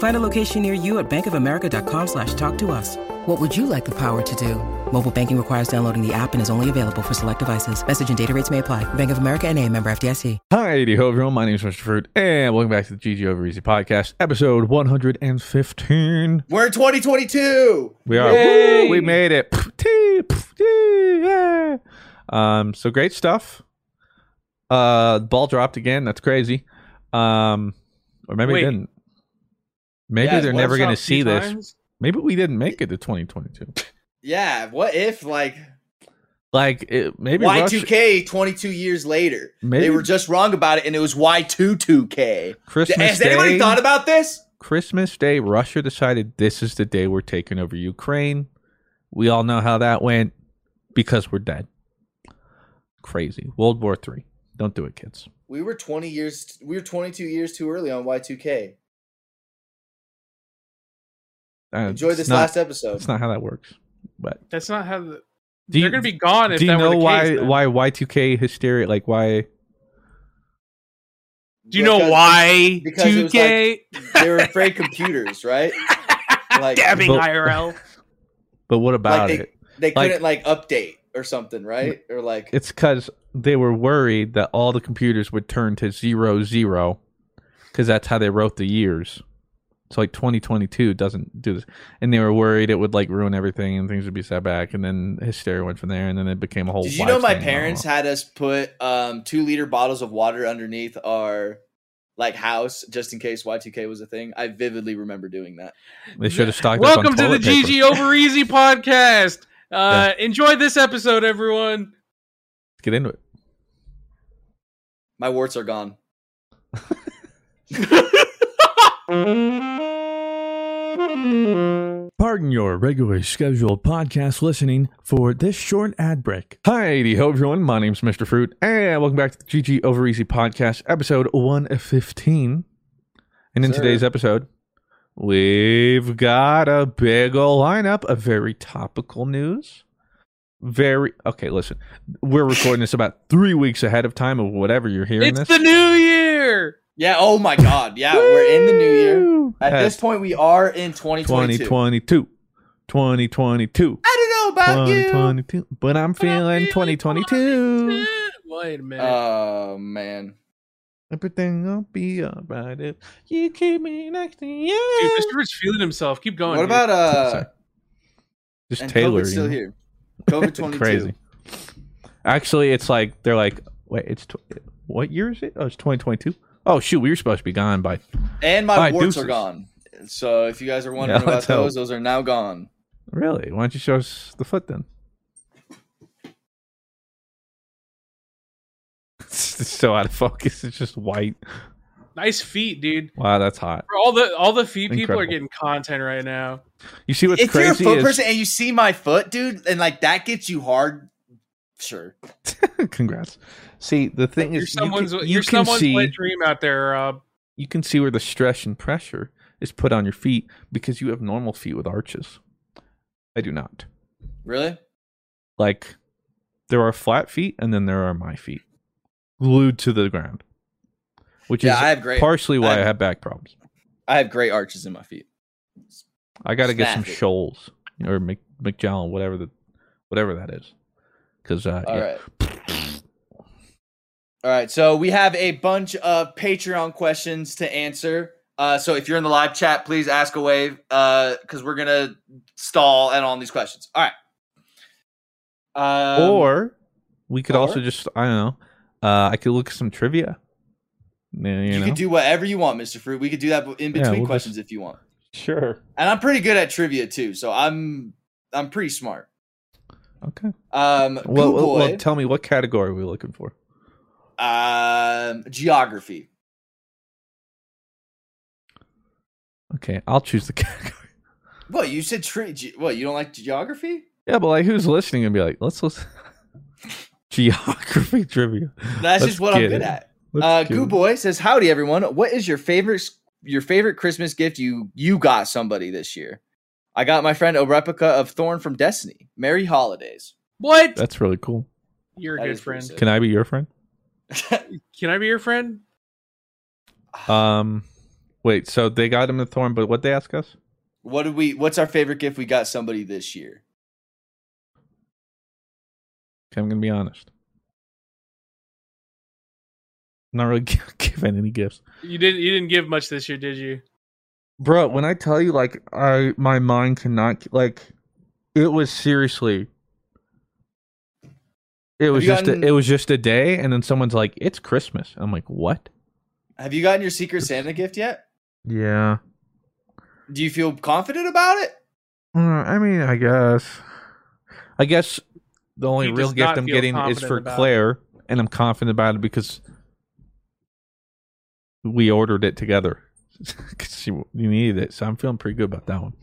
Find a location near you at bankofamerica.com slash talk to us. What would you like the power to do? Mobile banking requires downloading the app and is only available for select devices. Message and data rates may apply. Bank of America and a member FDIC. Hi, ho, everyone. My name is Mr. Fruit, and welcome back to the GG Over Easy podcast, episode 115. We're in 2022. We are. Woo, we made it. Pff, tee, pff, tee, yeah. Um, so great stuff. Uh, ball dropped again. That's crazy. Um, or maybe Wait. it didn't. Maybe Yeah, they're one never going to Shot see two this. times? Maybe we didn't make it to 2022. Yeah. What if like Like it, maybe Y Rush- two K twenty two years later? Maybe- They were just wrong about it, and it was Y two two K. Christmas Has anybody Day- thought about this? Christmas Day, Russia decided this is the day we're taking over Ukraine. We all know how that went because we're dead. Crazy. World War Three. Don't do it, kids. We were twenty years. We were twenty two years too early on Y two K. Uh, Enjoy it's this not- last episode. That's not how that works. But That's not how the, Do you- they're going to be gone if do you that were know the why case. then. why Y two K hysteria? Like why? Do you know Because- why? because it was 2K. They were afraid computers, right? Like, Dabbing But- IRL. But what about like they, it? they Like- couldn't like update or something, right? Or like It's because they were worried that all the computers would turn to zero zero, because that's how they wrote the years. So like 2022 doesn't do this, and they were worried it would like ruin everything and things would be set back, and then hysteria went from there, and then it became a whole. Did you wives know my thing and parents all. had us put um, two liter bottles of water underneath our like house just in case Y2K was a thing? I vividly remember doing that. They should have stocked. up Welcome on to the toilet paper. GG Over Easy podcast. Uh, Enjoy this episode, everyone. Get into it. My warts are gone. Pardon your regularly scheduled podcast listening for this short ad break. Hi, ho everyone. My name's Mr. Fruit, and welcome back to the GG Over Easy Podcast, episode 115. And in Sir. today's episode, we've got a big ol' lineup of very topical news. Very okay. Listen, we're recording this about three weeks ahead of time of whatever you're hearing. it's this. the new year. Yeah. Oh my God. Yeah. we're in the new year. Woo! At Yes. this point, we are in 2022. 2022. 2022. I don't know about you. 2022. But I'm feeling 2022. Wait a minute. Oh man. Everything will be alright if you keep me next to Dude, you. Mr. Rich feeling himself. Keep going. what dude. about uh? Sorry. Just And Taylor. COVID's you still know? here. COVID 22. Crazy. Actually, it's like they're like, wait, it's tw- what year is it? Oh, it's 2022. Oh shoot, we were supposed to be gone by. And my All right, warts deuces. are gone. So if you guys are wondering Yeah, about let's hope. those, those are now gone. Really? Why don't you show us the foot then? it's so out of focus. It's just white. Nice feet, dude. Wow, that's hot. For all the all the feet people are Incredible. getting content right now. You see what's if you're a crazy foot is- person and you see my foot, dude, and like that gets you hard. Sure. Congrats. See, the thing You're is, you someone's can, you you are can someone's see wet dream out there, Rob. you can see where the stress and pressure is put on your feet because you have normal feet with arches. I do not. Really? Like, there are flat feet, and then there are my feet glued to the ground, which Yeah, is I have great- partially why I, I- have back problems. I have great arches in my feet. I got to get some Snap it. shoals or Mc, McJown, whatever the whatever that is, because uh, All yeah. right. All right. So we have a bunch of Patreon questions to answer. Uh, so if you're in the live chat, please ask away because we're gonna stall and on these questions. All right. Um, or we could also or- just I don't know. Uh, I could look at some trivia. You, you, know? can do whatever you want, Mr. Fruit. We could do that in between we'll just- questions if you want. sure. And I'm pretty good at trivia too, so I'm I'm pretty smart. Okay. Well, Um, well, Google well, it. tell me what category are we looking for? um, geography. Okay, I'll choose the category. What you said? Tri- ge- what you don't like geography? Yeah, but like, who's listening and be like, let's listen. Geography trivia. That's Let's just what I'm get good it. at. Let's Uh, do Goo it. Boy says, "Howdy, everyone. What is your favorite s- your favorite Christmas gift you you got somebody this year? I got my friend a replica of Thorn from Destiny. Merry holidays. What? That's really cool. You're a That good is pretty friend. sick. Can I be your friend? Can I be your friend? Um, wait. So they got him the thorn, but what they ask us? What did we? What's our favorite gift we got somebody this year? Okay, I'm gonna be honest. I'm not really gi- giving any gifts, You didn't you didn't give much this year, did you? bro. When I tell you, like, I my mind cannot like, it was seriously. It was you just gotten- a, it was just a day, and then someone's like, "It's Christmas." I'm like, "What?" Have you gotten your Secret Santa gift yet? Yeah. Do you feel confident about it? Uh, I mean, I guess. I guess the only He real does gift not I'm feel getting is confident for about it. Claire, and I'm confident about it because we ordered it together. 'Cause she you needed it, so I'm feeling pretty good about that one.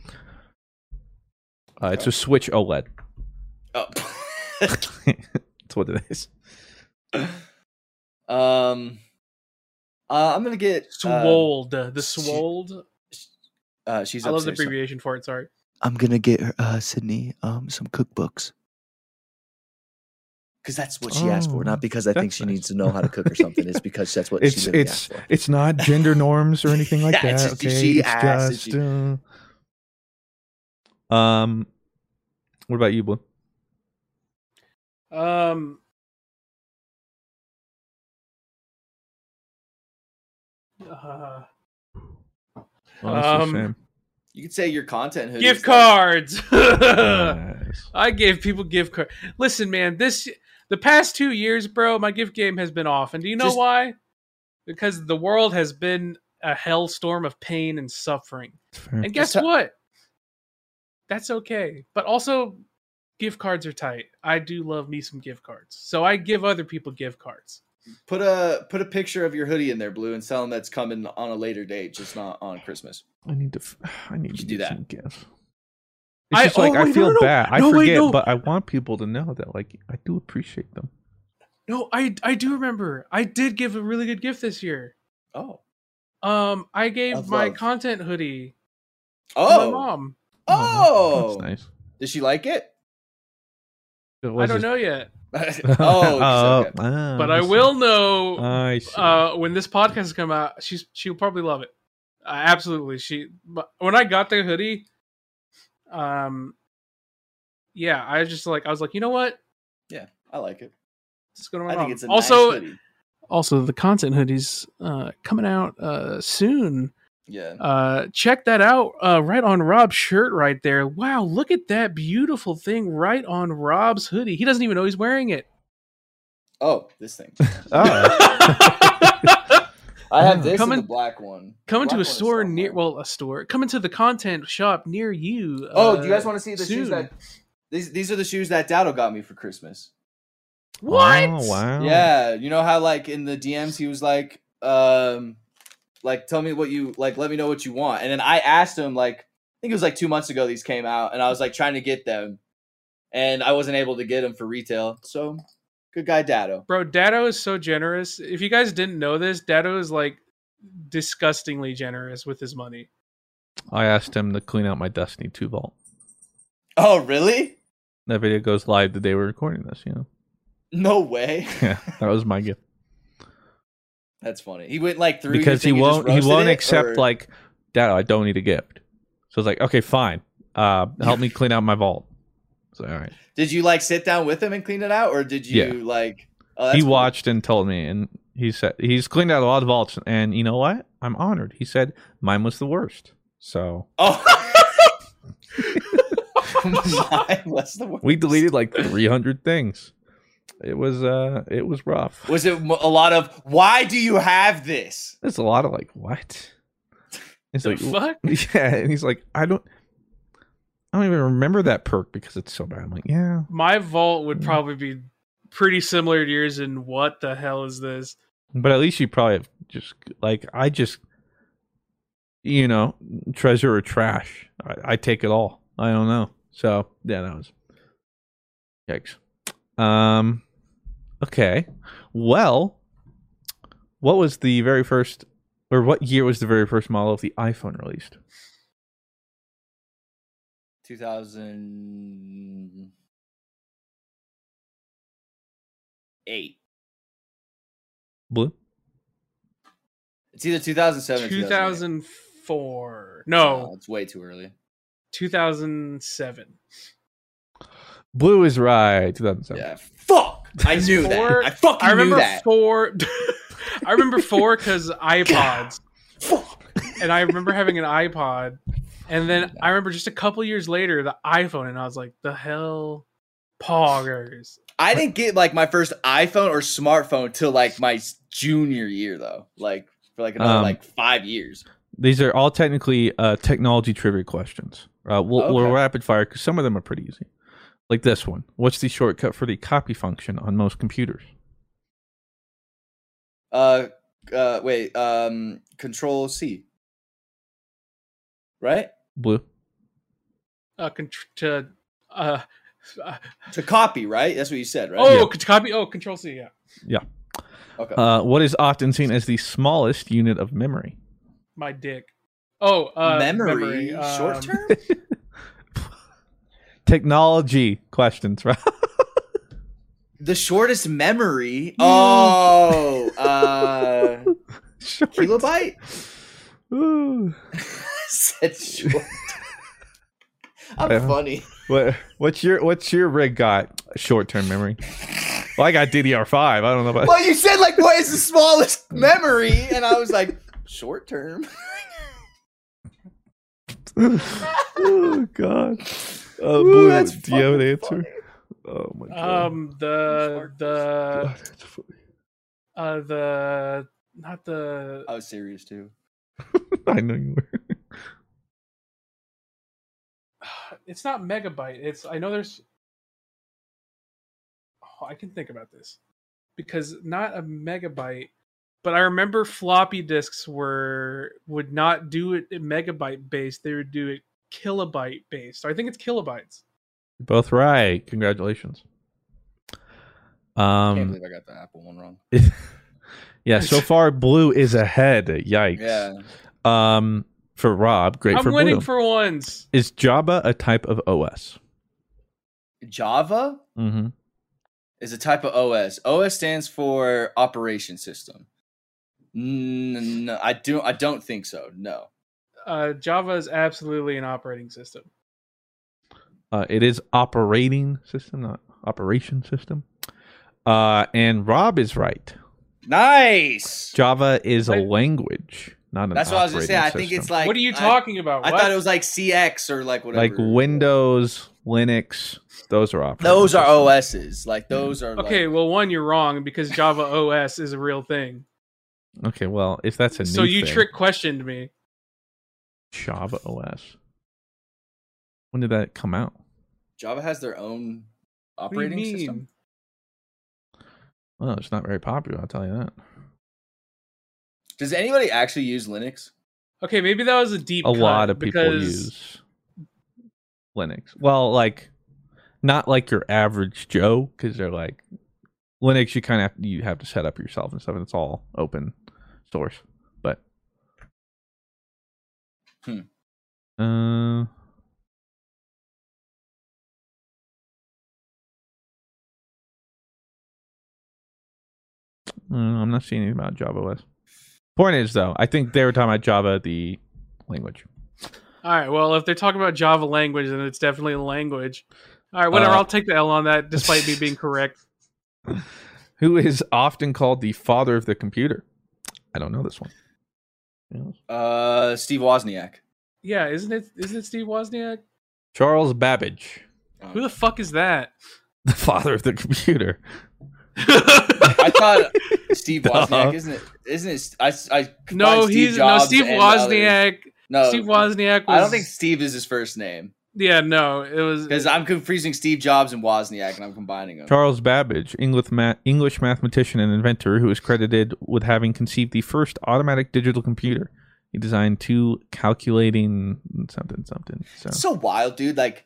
Uh, It's a Switch OLED. Oh. That's what it is. Um, uh, I'm gonna get um, Swolled. the she- swolled. Uh, she's. I love the upstairs, so- abbreviation for it, sorry. I'm gonna get her, uh, Sydney um some cookbooks. Because that's what she asked for, Oh, not because I think that's she nice. needs to know how to cook or something. It's because that's what It's she really it's asked for. it's not gender norms or anything like Yeah, it's that. just- okay, she it's asked, just, did uh, um, what about you, Blue? Um uh, Oh, that's a Um, shame. You could say your content. hoodies, gift like- cards. Nice. I gave people gift cards. Listen, man, this the past two years, bro, my gift game has been off. And do you know Just- why? Because the world has been a hellstorm of pain and suffering. Fair. And guess That's- what? That's okay. But also, gift cards are tight. I do love me some gift cards. So I give other people gift cards. Put a put a picture of your hoodie in there, blue, and tell them that's coming on a later date, just not on Christmas. I need to. f- I need to should do do that. that. Some gifts. It's I- just like oh, I wait, no, feel no, no. bad. I No, wait, forget, no. but I want people to know that like I do appreciate them. No, I I do remember. I did give a really good gift this year. Oh, Um, I gave Of my love. content hoodie to my oh, mom. oh! that's nice. Did she like it? It I was don't just- know yet, oh, it's oh, okay. ah, but I see. will know I see. uh, when this podcast has come out, she's she'll probably love it. Uh, absolutely, she. But when I got the hoodie, um, yeah, I was just like, I was like, you know what? I like it. Let's go to my I mom. think it's a also, nice hoodie. also the content hoodies uh, coming out uh, soon. Yeah, Uh, check that out uh, right on Rob's shirt right there. Wow, look at that beautiful thing right on Rob's hoodie. He doesn't even know he's wearing it. Oh, this thing. Oh. I have Yeah. this Come and in- the black one. The Coming black to one a is store still near, mine. well, a store. Coming to the content shop near you. Oh, uh, do you guys want to see the shoes soon. that these these are the shoes that Dado got me for Christmas? What? Oh, wow. Yeah, you know how like in the DMs he was like, um, like tell me what you like, let me know what you want, and then I asked him like, I think it was like two months ago these came out, and I was like trying to get them, and I wasn't able to get them for retail. So good guy Dado. Bro, Dado is so generous. If you guys didn't know this, Dado is like disgustingly generous with his money. I asked him to clean out my Destiny 2 vault. Oh really? That video goes live the day we're recording this, you know? No way. Yeah, that was my gift. That's funny. He went like through you because he think just won't he roasted won't it, accept or- like that I don't need a gift. So it's like, okay, fine. Uh help me clean out my vault. So all right. Did you like sit down with him and clean it out, or did you Yeah. like? Oh, that's he cool. watched and told me and he said he's cleaned out a lot of vaults and you know what? I'm honored. He said mine was the worst. So Oh. My, what's the word? we deleted like 300 things. It was uh it was rough. Was it m- a lot of why do you have this? There's a lot of like what? It's The like fuck? yeah, and he's like I don't I don't even remember that perk because it's so bad. I'm like, yeah. My vault would Mm. probably be pretty similar to yours. And what the hell is this? But at least you probably have just like I just, you know, treasure or trash. I, I take it all. I don't know. So yeah, that was yikes. Um, okay. Well, what was the very first, or what year was the very first model of the iPhone released? 2008. Blue. It's either 2007 or 2008. 2004. No, it's way too early. 2007. Blue is right. Two thousand seven. Yeah. Fuck. I knew Four- that. I fucking I remember knew that. four. I remember four because iPods, Fuck. and I remember having an iPod, and then I remember just a couple years later the iPhone, and I was like, "The hell, poggers!" I didn't get like my first iPhone or smartphone till like my s- junior year though. Like for like another Um, like 5 years. These are all technically uh, technology trivia questions. Uh, we'll, we'll Okay. rapid fire because some of them are pretty easy. Like this one. What's the shortcut for the copy function on most computers? Uh uh wait, um control C. Right? Blue. Uh, con- to uh, uh, To copy, right? That's what you said, right? oh, c- copy. Oh, Control C. Yeah, Okay. Uh, what is often seen as the smallest unit of memory? my dick. Oh, uh, memory, short um, term? Technology questions, right? the shortest memory. Oh, uh Short. kilobyte? Ooh. said short. I'm Yeah. funny. What, what's your What's your rig got? Short term memory. Well, I got DDR five. I don't know about. Well, you said like what is the smallest memory? And I was like, short term. oh God. Uh, Ooh, Blue, that's do you have an fucking answer? funny. Oh my God. Um, the the God, that's funny. uh the not the I was serious too. I know you were. it's not megabyte. It's I know there's. Oh, I can think about this because not a megabyte, but I remember floppy disks were would not do it megabyte based. They would do it kilobyte based. I think it's kilobytes. You're Both right. Congratulations. I can't Um. believe I got the Apple one wrong. yeah. So far, blue is ahead. Yikes. Yeah. Um. For Rob, great I'm for winning blue. for once. is Java a type of OS? Java Mm-hmm. is a type of OS. OS stands for operation system. N- No, I do I don't think so. No. Uh, Java is absolutely an operating system. Uh, it is operating system, not operation system. Uh, and Rob is right. Nice. Java is a Right. language, not an. That's what I was gonna say. I operating think system. it's like what are you I- talking about? I, What? thought it was like CX or like whatever. like Windows, Linux. Those are operating. Those are systems. OSs. Like those are okay. Like, well, one, you're wrong because Java OS is a real thing. Okay, well, if that's a so new you thing, trick questioned me. Java OS. When did that come out? Java has their own What do you operating mean? system. Well, it's not very popular. I'll tell you that. Does anybody actually use Linux? Okay, maybe that was a deep. A cut, lot of people because use Linux. Well, like not like your average Joe, because they're like Linux. You kind of you have to set up yourself and stuff, and it's all open source. But Hmm. uh, Uh, I'm not seeing anything about Java OS. Point is, though, I think they were talking about Java, the language. All right. Well, if they're talking about Java language, then it's definitely a language. All right, whatever. Uh, I'll take the L on that, despite me being correct. Who is often called the father of the computer? I don't know this one. Yes. Uh, Steve Wozniak. Yeah, isn't it? Isn't it Steve Wozniak? Charles Babbage, Um, Who the fuck is that? the father of the computer. I thought Steve Duh. Wozniak isn't it? Isn't it? I I no, combined Steve he's Jobs no Steve and others. Wozniak. No, Steve Wozniak. Was, I don't think Steve is his first name Yeah, no, it was. because I'm confusing Steve Jobs and Wozniak, and I'm combining them. Charles Babbage, English, ma- English mathematician and inventor, who is credited with having conceived the first automatic digital computer. He designed two calculating something something. So, It's so wild, dude. Like,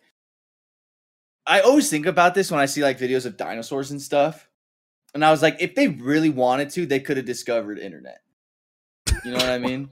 I always think about this when I see like videos of dinosaurs and stuff, and I was like, if they really wanted to, they could have discovered internet. You know what I mean?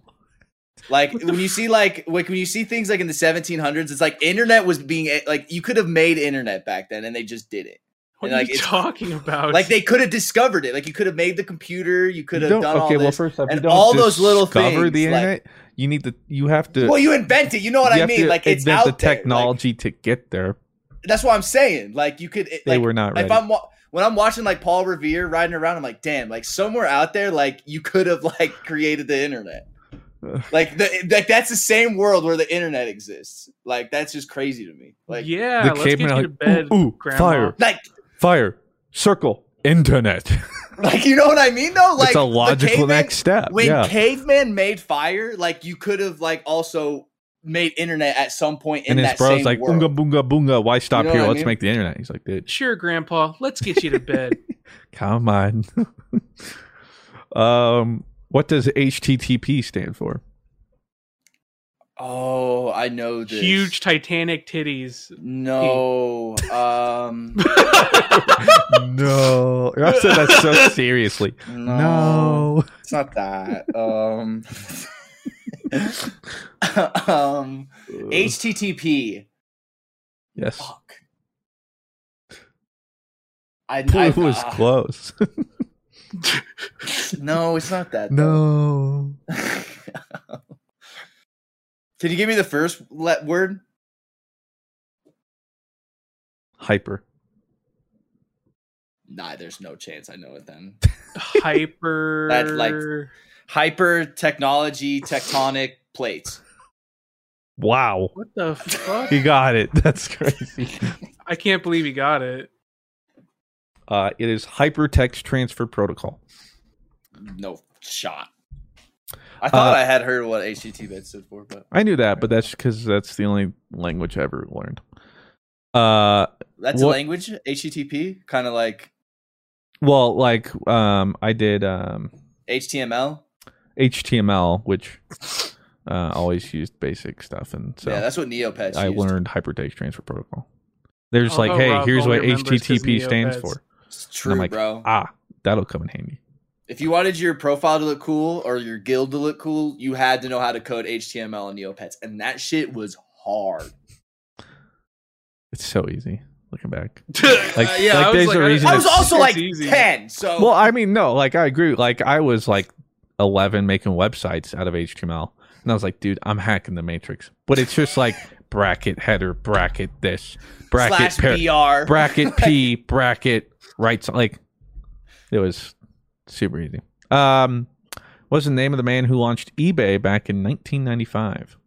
Like when you see like like when you see things like in the 1700s, it's like internet was being eh, like you could have made internet back then, and they just did it. what and, are like, you it's- talking about? Like they could have discovered it. Like you could have made the computer. You could You don't- have done all this. Well, first off, and all those little discover the things, like- internet. you need to. You have to. you invent it. You know what you I have mean? to Like it's invent out the there, like, technology to get there. that's what I'm saying. Like you could. It, They like, were not ready. If I'm wa- when I'm watching like Paul Revere riding around, I'm like, damn, like somewhere out there, like you could have like created the internet. Ugh. Like the like that's the same world where the internet exists. Like that's just crazy to me. Like yeah, let's get you cavemen are to bed, ooh, ooh, Grandma. fire, like fire, circle, internet. like you know what I mean though? Like it's a the logical caveman- next step. When yeah. caveman made fire, like you could have like also made internet at some point in and his that bro's same like, world. "Boonga, boonga, boonga. Why stop know here? what I Let's mean? make the internet." He's like, "Dude, Sure, Grandpa. Let's get you to bed. come on." um, what does HTTP stand for? oh, I know this. Huge Titanic titties. No. Um no, I said that so seriously. no. No, It's not that. Um, um HTTP. yes, Fuck. I, I it was uh, close. No, it's not that. though. no, Can you give me the first let word? hyper. Nah, there's no chance I know it then. Hyper. That, like- Hyper technology tectonic plates. Wow, What the fuck? he got it. That's crazy. I can't believe he got it. Uh, it is hypertext transfer protocol. No shot. I thought Uh, I had heard what HTTP stood for, but I knew that, but that's because that's the only language I ever learned. Uh, that's what- a language. HTTP, kind of like well, like um, I did um, HTML. HTML, which uh, always used basic stuff, and so yeah, that's what Neopets. I used. learned hypertext transfer protocol. They're just Oh, like, oh, hey, Rob here's only what remembers 'cause HTTP stands Neopets. for. It's true, like, bro. Ah, that'll come in handy. if you wanted your profile to look cool or your guild to look cool, you had to know how to code HTML and Neopets, and that shit was hard. It's so easy looking back. Uh, yeah, like, I was there's like, a I- reason I Yeah, was it's- also it's like easy. ten, so Well, I mean, no, like I agree. Like I was like 11 making websites out of HTML, and I was like, dude, I'm hacking the matrix. But it's just like bracket header, bracket this, bracket slash par- BR. bracket P, bracket right. so- Like it was super easy. Um, what's the name of the man who launched eBay back in 1995?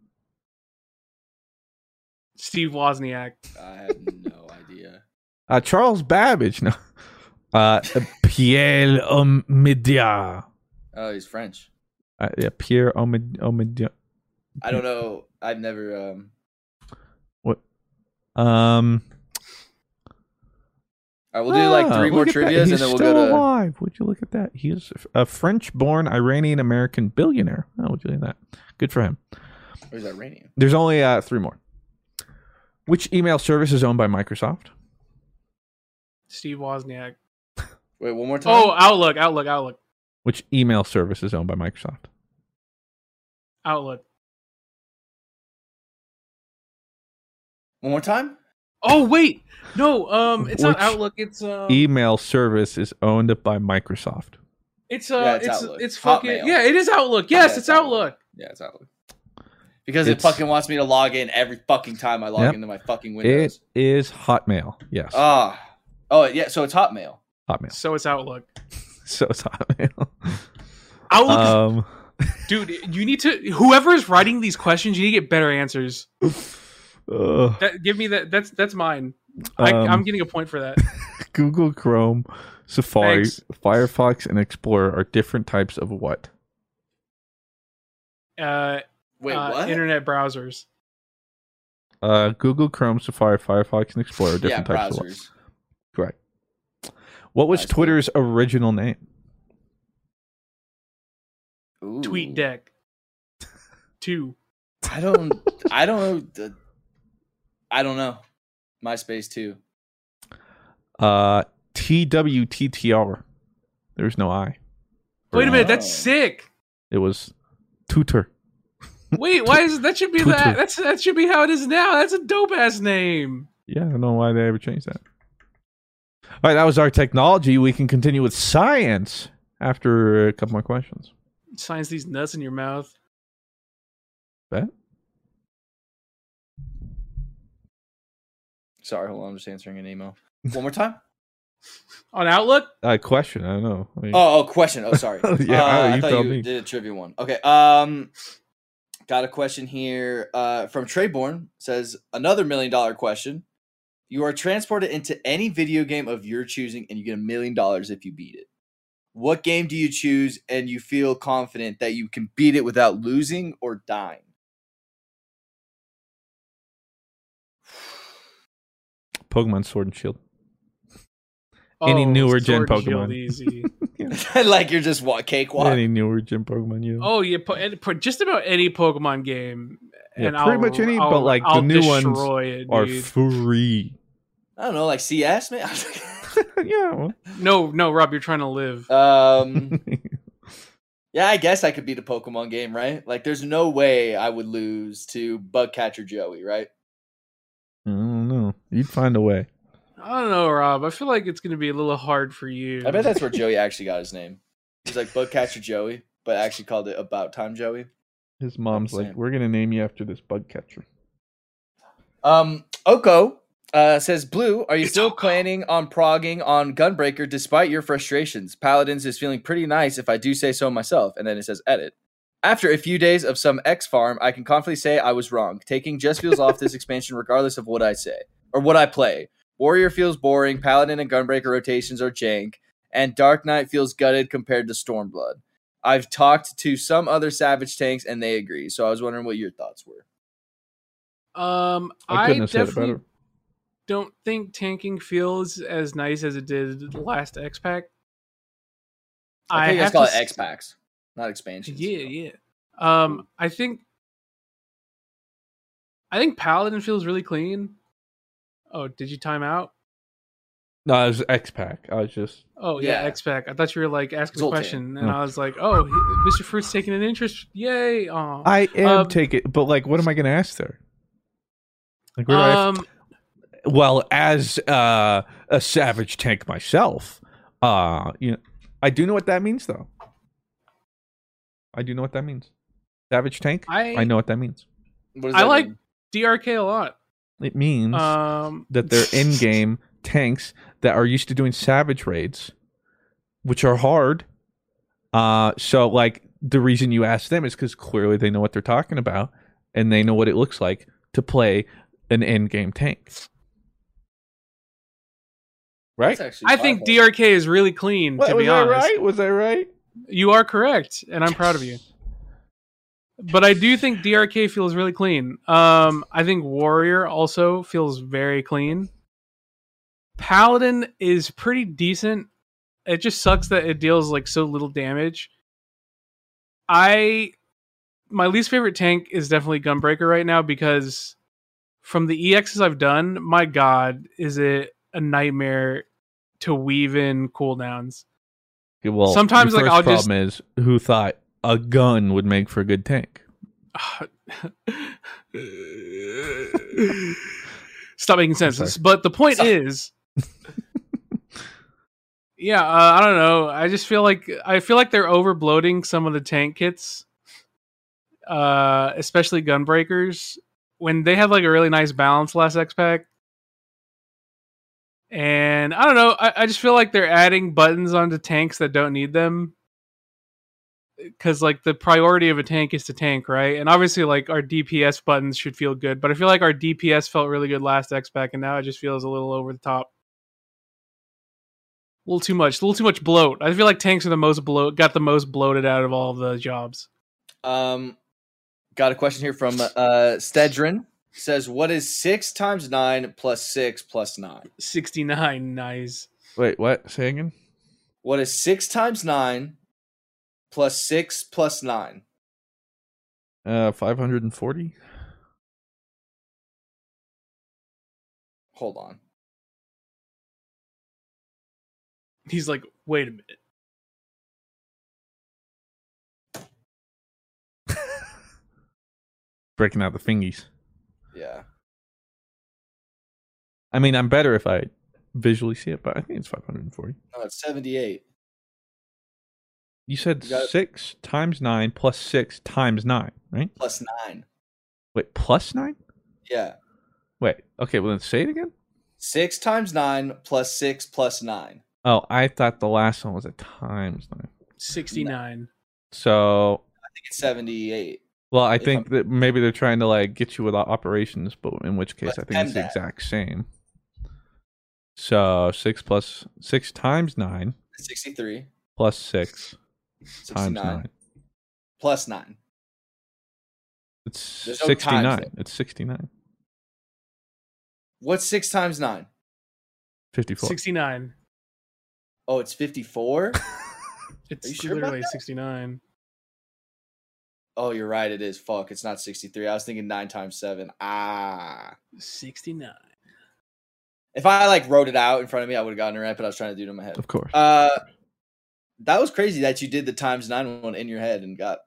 Steve Wozniak. I had no idea. Uh, Charles Babbage. No. Uh, Pierre um, Midia. Oh, he's French. Uh, yeah, Pierre Omid Omid. I don't know. I've never. Um, Um, all right, we'll do like ah, three more look at that. trivias, and He's then we'll still go to. alive. Would you look at that? He is a French-born Iranian-American billionaire. Oh, would you look at that? Good for him. Or is that Rainier? There's only uh, three more. Which email service is owned by Microsoft? Steve Wozniak. Wait, one more time. Oh, Outlook, Outlook, Outlook, Which email service is owned by Microsoft? Outlook. one more time. Oh wait, no. Um, it's not Which e- Outlook. It's um, Email service is owned by Microsoft. it's Yeah, uh, it's it's Outlook. it's, fucking Hotmail. yeah. It is Outlook. Yes, Yeah, it's Outlook. Yeah, it's Outlook. Because it It's- fucking wants me to log in every fucking time I log Yep. into my fucking It Windows. is Hotmail. Yes, Ah. oh, yeah. So it's Hotmail. Hotmail. So it's Outlook. So it's Hotmail. Outlook, is- Um, dude. You need to. Whoever is writing these questions, you need to get better answers. ugh, That, give me that. That's that's mine. I, um, I'm getting a point for that. Google Chrome, Safari, Thanks. Firefox, and Explorer are different types of what? Uh, Wait, uh, what? Internet browsers. Uh, Google Chrome, Safari, Firefox, and Explorer are yeah, different types of browsers. what? Correct. What was Nice. Twitter's original name? Ooh. Tweet deck. Two. I don't. I don't know. I don't know. MySpace too. Uh, TWTTR. There's no I. Wait a minute. Oh. That's sick. It was Tutor. Wait, why is that should be Twitter. that? That's that should be how it is now. That's a dope ass name. Yeah, I don't know why they ever changed that. All right, that was our technology. We can continue with science after a couple more questions. Signs these nuts in your mouth. Bet. Sorry, hold on. I'm just answering an email. One more time. On Outlook, Uh, question. I don't know. I mean, Oh, oh, question. Oh, sorry. Yeah, Uh, I you thought told you me. did a trivia one. Okay. Um, got a question here uh, from Treyborn. Says another million dollar question. You are transported into any video game of your choosing, and you get a million dollars if you beat it. What game do you choose, and you feel confident that you can beat it without losing or dying? Pokemon Sword and Shield. Oh, Any newer gen Sword and Shield Pokemon. easy. like you're just what cakewalk. Any newer gym Pokemon you? oh yeah, po- and po- just about any Pokemon game. Yeah, and pretty I'll- much any, but, I'll- like, the I'll new ones destroy it, are dude. free. I don't know, like CS, man. yeah. well, no, no, Rob, you're trying to live. um, yeah, I guess I could beat a Pokemon game, right? Like, there's no way I would lose to Bugcatcher Joey, right? I don't know. You'd find a way. I don't know, Rob. I feel like it's gonna be a little hard for you. I bet that's where Joey actually got his name. He's like Bugcatcher Joey, but actually called it About Time Joey. His mom's Same. like, we're gonna name you after this bug catcher. Um, Oko uh, says, Blue, are you It's still Oko. planning on progging on Gunbreaker despite your frustrations? Paladins is feeling pretty nice if I do say so myself. And then it says, edit. After a few days of some X farm, I can confidently say I was wrong. Taking just feels off this expansion regardless of what I say or what I play. Warrior feels boring, Paladin and Gunbreaker rotations are jank, and Dark Knight feels gutted compared to Stormblood. I've talked to some other Savage tanks and they agree, so I was wondering what your thoughts were. um, I I, couldn't have said it definitely better. don't think tanking feels as nice as it did last X Pack. I think it's have called to X s- packs, not expansions. Yeah, yeah. Um, I think I think Paladin feels really clean. Oh, did you time out? No, it was X Pack. I was just Oh yeah, Yeah. X Pack. I thought you were like asking Zoltan. a question, and No. I was like, oh, he- Mr. Fruit's taking an interest. Yay! Aw. I am Um, take it, but like, what am I going to ask there? Like, where do I? um, Well, as uh, a savage tank myself, uh, you know, I do know what that means, though. I do know what that means. Savage tank. I I know what that means. What does I that like mean? DRK a lot. It means Um, Mm. that they're in game tanks that are used to doing savage raids, which are hard. Uh, so like the reason you ask them is because clearly they know what they're talking about and they know what it looks like to play an end game tank. Right? That's actually I think powerful. DRK is really clean. What- to was be I honest, right? Was I right? You are correct, and I'm proud of you. But I do think DRK feels really clean. Um, I think Warrior also feels very clean. Paladin is pretty decent. It just sucks that it deals like so little damage. I my least favorite tank is definitely Gunbreaker right now because from the EXs I've done, my god, is it a nightmare to weave in cooldowns. Okay, Well, Sometimes, your like, first I'll just- problem is who thought a gun would make for a good tank? Stop making sense. sorry. But the point is, yeah, uh, I don't know. I just feel like I feel like they're overbloating some of the tank kits, uh, especially gunbreakers when they had like a really nice balance last X pack. And I don't know. I, I just feel like they're adding buttons onto tanks that don't need them because like the priority of a tank is to tank, right? And obviously, like our DPS buttons should feel good, but I feel like our DPS felt really good last X pack, and now it just feels a little over the top. A little too much, a little too much bloat. I feel like tanks are the most bloat, got the most bloated out of all of the jobs. Um, got a question here from uh Stedrin. Says, what is six times nine plus six plus nine? Sixty nine, nice. Wait, what? Say again? What is six times nine plus six plus nine? Uh, five hundred and forty. Hold on. He's like, wait a minute. Breaking out the fingies. Yeah. I mean, I'm better if I visually see it, but I think it's 540. No, it's 78. You said You got it. six times nine plus six times nine, right? Plus nine. Wait, plus nine? Yeah. Wait, okay, well then say it again. Six times nine plus six plus nine. Oh, I thought the last one was a times nine. Sixty nine. So, I think it's 78. well, I If think that maybe they're trying to like get you with operations, but in which case I But think it's the MDAT. exact same. So six plus six times nine 63. plus six 69. times nine. Plus nine. It's There's no times sixty nine. there. It's sixty nine. What's six times nine? Fifty four. Sixty nine. Oh, it's 54? Are you It's sure about literally that? sixty nine. oh, you're right. It is. Fuck. It's not 63. I was thinking nine times seven. Ah. Sixty nine. If I like wrote it out in front of me, I would have gotten it right, but I was trying to do it in my head. Of course. Uh, that was crazy that you did the times nine one in your head and got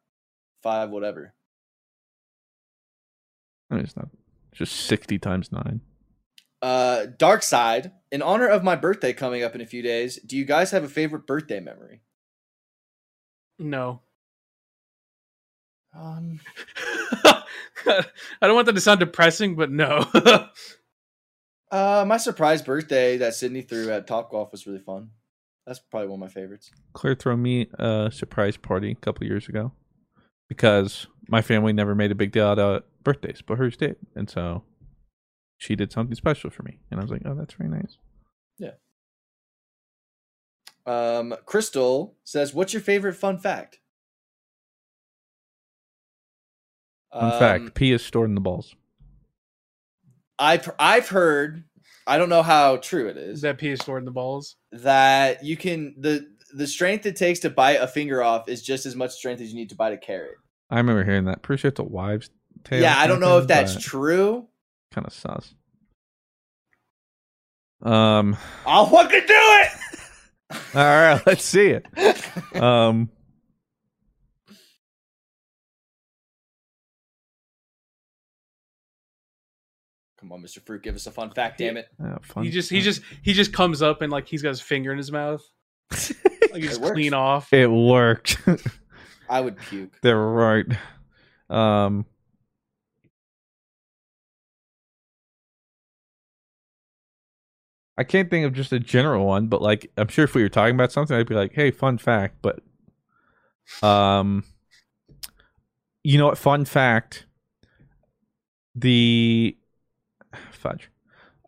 five whatever. I mean, it's not it's just sixty times nine. Uh, Dark Side, in honor of my birthday coming up in a few days, do you guys have a favorite birthday memory? No. Um, I don't want that to sound depressing, but no. uh, my surprise birthday that Sydney threw at Top Golf was really fun. That's probably one of my favorites. Claire threw me a surprise party a couple years ago because my family never made a big deal out of birthdays, but hers did, and so she did something special for me, and I was like, "Oh, that's very nice." Um, Crystal says, "What's your favorite fun fact?" Fun Um, fact: pee is stored in the balls. I've I've heard. I don't know how true it is. Is that P is stored in the balls? that you can the the strength it takes to bite a finger off is just as much strength as you need to bite a carrot. I remember hearing that. Pretty sure it's a wives' tale. yeah, I don't know if that's true. Kind of sus. Um. I'll fucking do it. All right, let's see it. Um. Come on, Mr. Fruit, give us a fun fact, damn it. uh, fun he just he just he just comes up and like he's got his finger in his mouth. Like he's It works. clean off. It worked. I would puke. They're right. Um. I can't think of just a general one, but like I'm sure if we were talking about something, I'd be like, "Hey, fun fact!" But, um, you know what? Fun fact. The fudge,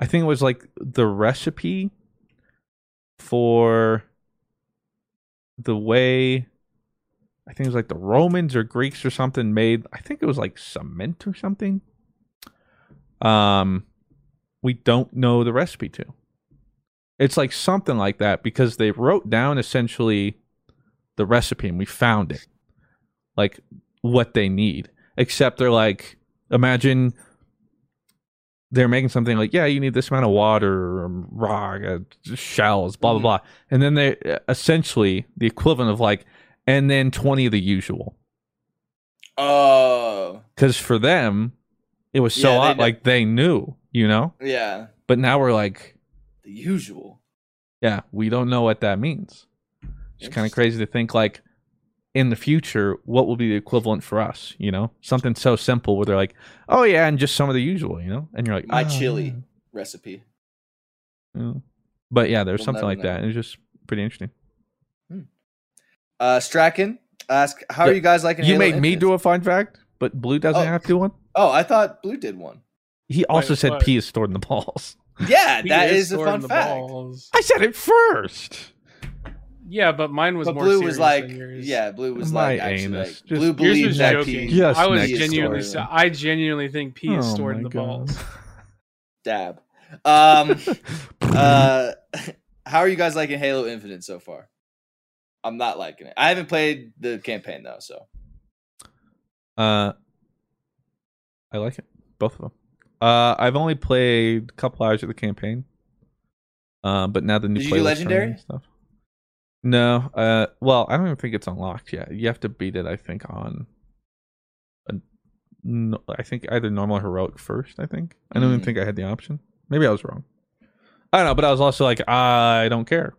I think it was like the recipe for the way I think it was like the Romans or Greeks or something made. I think it was like cement or something. Um, we don't know the recipe to. It's like something like that because they wrote down essentially the recipe and we found it, like what they need. Except they're like, imagine they're making something like, yeah, you need this amount of water, um, rock, uh, shells, blah blah blah, and then they uh, essentially the equivalent of like, and then twenty of the usual Oh, because for them it was so Yeah, they odd, kn- like they knew, you know. yeah, But now we're like, the usual. yeah, we don't know what that means. It's kind of Interesting. crazy to think like in the future, what will be the equivalent for us? You know, something so simple where they're like, oh yeah, and just some of the usual, you know. And you're like, My "Oh, chili yeah." recipe. Yeah. But yeah, there's We'll something never like know. that. and It's just pretty interesting. Uh, Strachan ask, how are Yeah. you guys liking? You Halo made me Infinite? do a fun fact, but Blue doesn't Oh. have to do one. Oh, I thought Blue did one. He also said what? P is stored in the balls. Yeah, He that is, a scoring fun the fact. balls. I said it first. Yeah, but mine was But more Blue serious was like, than yours. yeah, Blue was My like, actually, anus. Just- like, Blue Yours Yours believed was that joking. P. Yes, I was next genuinely, story. so- I genuinely think P is Oh stored in my the God. balls. Dab. Um, uh, how are you guys liking Halo Infinite so far? I'm not liking it. I haven't played the campaign though, so Uh, I like it, both of them. Uh, I've only played a couple hours of the campaign. Uh, but now the new Did you do playlist Legendary? and stuff. No, uh, well, I don't even think it's unlocked yet. You have to beat it, I think, on. A, no, I think either normal or heroic first. I think I don't even Mm. think I had the option. Maybe I was wrong. I don't know, but I was also like, I don't care.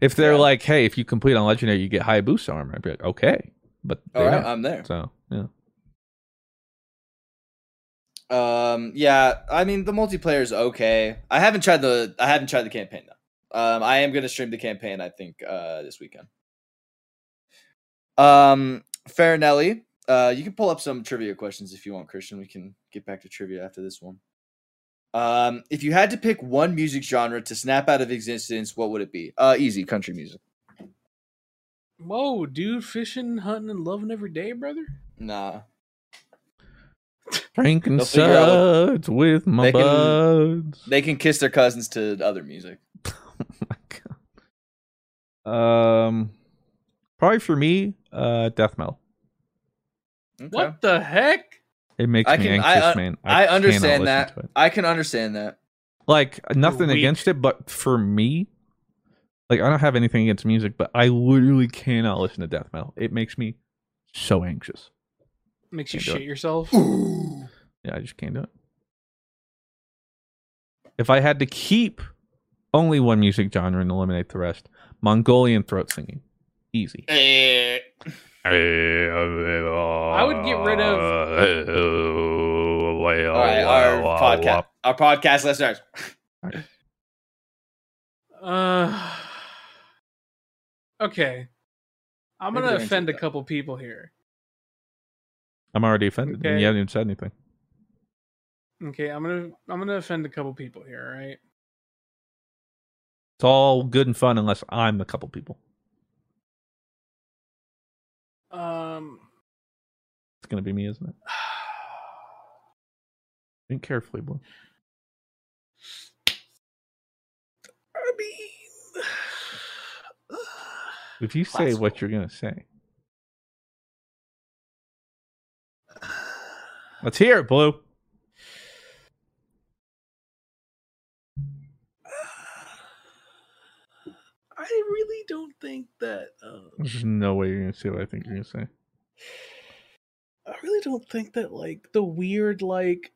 If they're Yeah. like, hey, if you complete on legendary, you get Hayabusa armor. I'd be like, okay, but they all right, don't. I'm there. so yeah. Um, yeah, I mean the multiplayer is okay. I haven't tried the I haven't tried the campaign though. Um, I am gonna stream the campaign. I think uh this weekend. Um, Farinelli, uh, you can pull up some trivia questions if you want, Christian. We can get back to trivia after this one. Um, if you had to pick one music genre to snap out of existence, what would it be? Uh, easy country music. Whoa, dude, fishing, hunting, and loving every day, brother. Nah, figure out Frankensuds with my They can- buds. they can kiss their cousins to other music. oh my god. Um, probably for me, uh, death metal. Okay. What the heck? It makes I me can- I anxious, un- man. I, cannot listen understand that. to it. I can understand that. Like nothing weak. against it, but for me, like I don't have anything against music, but I literally cannot listen to death metal. It makes me so anxious. Makes you Can't do shit it. yourself. Yeah, I just can't do it. If I had to keep only one music genre and eliminate the rest, Mongolian throat singing, easy. Eh. I would get rid of. All right, our podcast, our podcast listeners. Uh, okay. I'm Maybe gonna they're offend a into that. couple people here. I'm already offended. and Okay. You haven't even said anything. Okay, I'm gonna I'm gonna offend a couple people here. All right. It's all good and fun unless I'm the couple people. Um, It's gonna be me, isn't it? Think carefully, boy. I mean, If you say what you're gonna say, let's hear it, Blue. uh, I really don't think that. Uh, There's no way you're gonna say what I think you're gonna say. I really don't think that like the weird like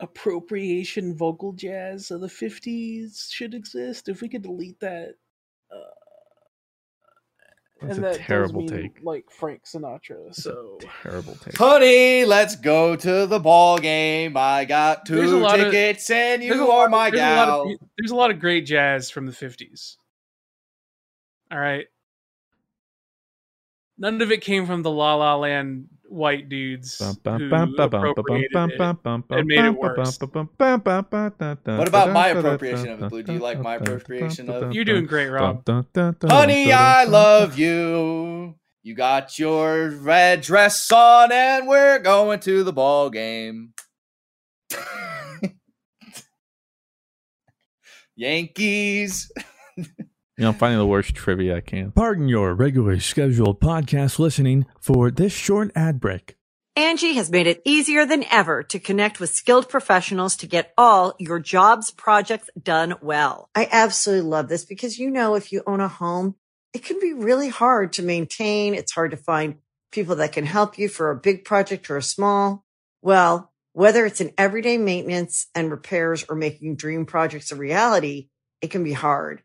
appropriation vocal jazz of the 50s should exist if we could delete that uh, That's and a that does terrible mean, take. like frank sinatra so Terrible take. Honey, let's go to the ball game. I got There's a two lot of- tickets, and there's a you lot are of- my there's a lot of- gal. there's a lot of great jazz from the 50s all right none of it came from the la la land white dudes Bum, who bum, bum, bum, bum, bum, appropriated bum, it. bum, bum, bum, and made it bum, bum, worse. bum, bum, bum, bum, bum, bum, What about bum, my bum, appropriation of bum, it, Blue? Do you like my bum, bum, appropriation bum, of it? bum, You're doing bum, great, bum, Rob. dun, dun, dun, Honey, dun, I dun, love you. You got your red dress on, and we're going to the ball game. Yankees. You know, I'm finding the worst trivia I can. Pardon your regularly scheduled podcast listening for this short ad break. Angie has made it easier than ever to connect with skilled professionals to get all your jobs projects done well. I absolutely love this because, you know, if you own a home, it can be really hard to maintain. It's hard to find people that can help you for a big project or a small. Well, whether it's in everyday maintenance and repairs or making dream projects a reality, it can be hard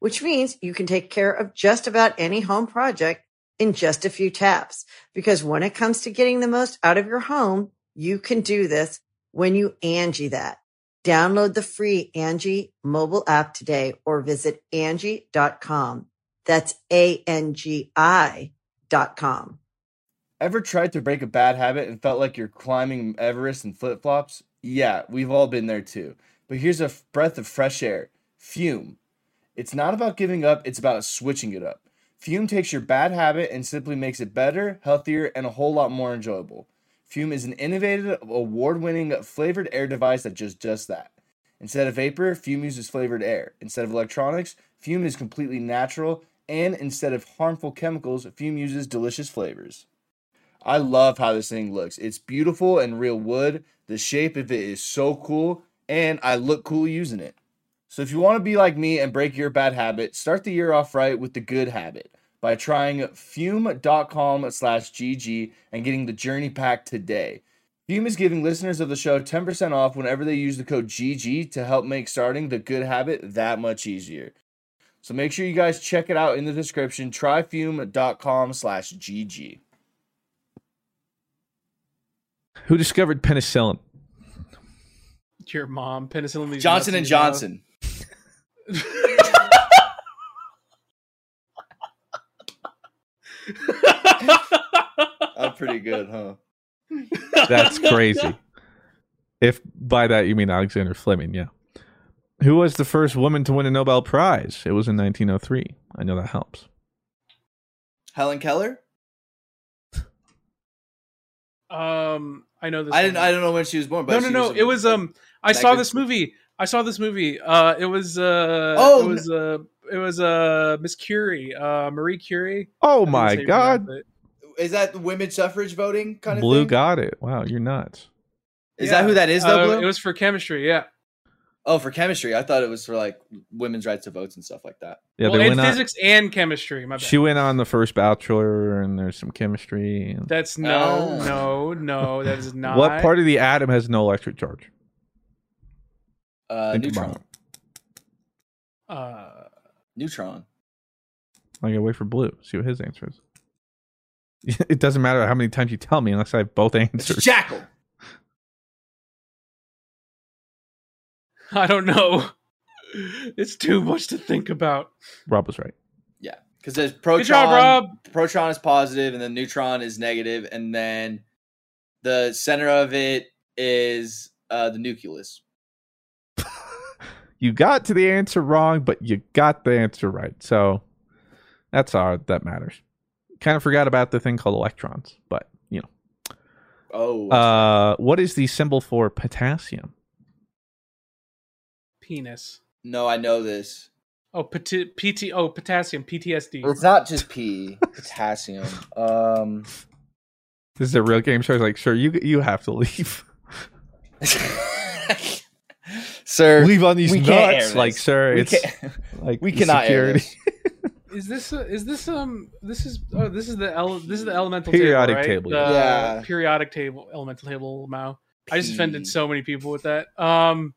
which means you can take care of just about any home project in just a few taps. Because when it comes to getting the most out of your home, you can do this when you Angie that. Download the free Angie mobile app today or visit Angie.com. That's A-N-G-I dot com. Ever tried to break a bad habit and felt like you're climbing Everest in flip flops? Yeah, we've all been there too. But here's a f- breath of fresh air Fume. It's not about giving up, it's about switching it up. Fume takes your bad habit and simply makes it better, healthier, and a whole lot more enjoyable. Fume is an innovative, award winning flavored air device that does just that. Instead of vapor, Fume uses flavored air. Instead of electronics, Fume is completely natural. And instead of harmful chemicals, Fume uses delicious flavors. I love how this thing looks. It's beautiful and real wood. The shape of it is so cool, and I look cool using it. So if you want to be like me and break your bad habit, start the year off right with the good habit by trying fume.com slash GG and getting the journey pack today. Fume is giving listeners of the show 10% off whenever they use the code GG to help make starting the good habit that much easier. So make sure you guys check it out in the description. Try fume.com slash GG. Who discovered penicillin? Your mom, penicillin. leaves Johnson and nothing in your mouth. Johnson. I'm pretty good, huh? That's crazy. if by that you mean Alexander Fleming, yeah. Who was the first woman to win a Nobel Prize? It was in 1903. I know that helps. Helen Keller? Um, I know this. I didn't. one. I don't know when she was born, but no, no, she no. was It was um. I saw Megan- this movie. I saw this movie. Uh, it was uh. Oh, it was uh. It was uh. Miss Curie. Uh, Marie Curie. Oh I think my that's how you pronounce God! it. Is that the women's suffrage voting kind of Blue thing? got it. Wow, you're nuts. Is Yeah. that who that is though? Uh, Blue? it was for chemistry. Yeah. oh, for chemistry. I thought it was for like women's rights to votes and stuff like that. Yeah, well, they and went on. physics and chemistry. My bad. She went on the first Bachelor, and there's some chemistry. And That's no, Oh. no, no. That is not. What part of the atom has no electric charge? Uh, Think neutron. about Uh, Neutron. I gotta wait for Blue. See what his answer is. It doesn't matter how many times you tell me unless I have both It's answers. jackal. I don't know. It's too much to think about. Rob was right. Yeah, because there's protron. Good job, Rob. Protron is positive, and then neutron is negative, and then the center of it is uh, the nucleus. You got to the answer wrong, but you got the answer right. So that's all that matters. Kind of forgot about the thing called electrons, but you know. Oh, Uh, what is the symbol for potassium? Penis. no, I know this. Oh, PT, PT. Oh, potassium. PTSD. It's not just pee, potassium. Um, This is a real game show. I was like, sure, you you have to leave. sir, leave on these we can't air nuts, like this. sir. we, it's can't- like we cannot air security. this. Is this a, is this um this is oh, this is the ele- this is the elemental Periodic table, table, right? yeah. The Yeah. periodic table elemental table Mao. I just offended P. so many people with that. Um,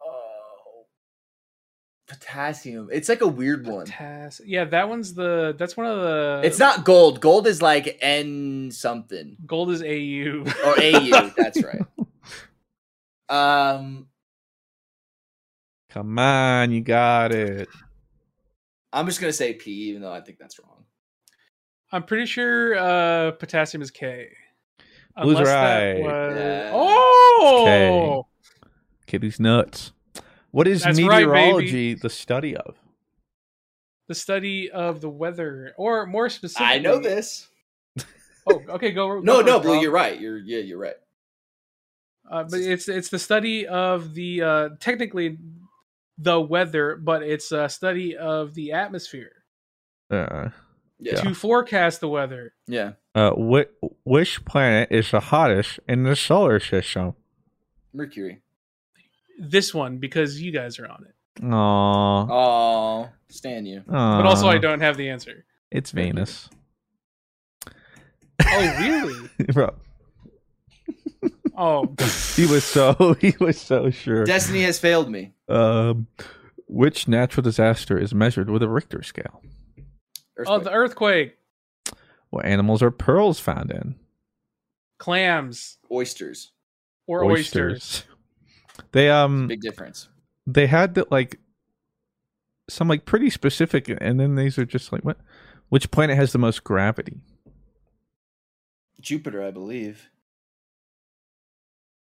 Oh. Potassium. It's like a weird one. Tas- yeah, that one's the that's one of the. It's not gold. Gold is like N something gold is AU. or AU. That's right. Um, Come on, you got it. I'm just gonna say P, even though I think that's wrong. I'm pretty sure uh, potassium is K. Blue's right. was- Yeah. Oh, Kitty's nuts. What is That's right, meteorology the study of? the study of the weather, or more specifically, I know this. Oh, okay, go. go No, for no, it, Blue, Rob. you're right. You're yeah, you're right. Uh, but it's it's the study of the uh, technically the weather, but it's a study of the atmosphere Uh, Yeah, to forecast the weather. yeah. uh, which, which planet is the hottest in the solar system? Mercury. This one because you guys are on it, Aww. Oh, stand you. but also Uh-huh. I don't have the answer. It's Venus. Oh, really? Bro, oh, he was so he was so sure. Destiny has failed me. Um, which natural disaster is measured with a Richter scale? oh, the Earthquake. earthquake, What animals are pearls found in? clams oysters. or oysters. They um Big difference. they had that like some like pretty specific, and then these are just like what? Which planet has the most gravity? Jupiter, I believe,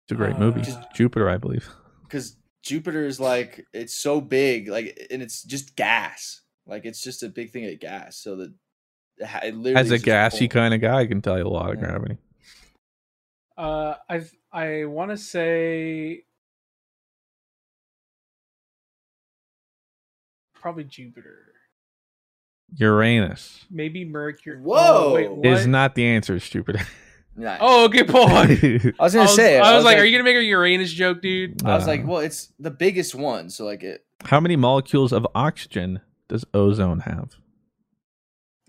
It's a great Uh, movie, Jupiter, I believe. because Jupiter is like it's so big, like, and it's just gas. Like it's just a big thing of gas. So that it ha- it literally As a is just gassy full. kind of guy, I can tell you a lot of Yeah. gravity. Uh, I I want to say probably Jupiter, Uranus maybe Mercury. Oh, Whoa. is what? not the answer, it's Jupiter. Nice. Oh, good point. I I was gonna was, say. I was like, "Are you gonna make a Uranus joke, dude?" I was like, Uh, well, it's the biggest one, so like it. How many molecules of oxygen does ozone have?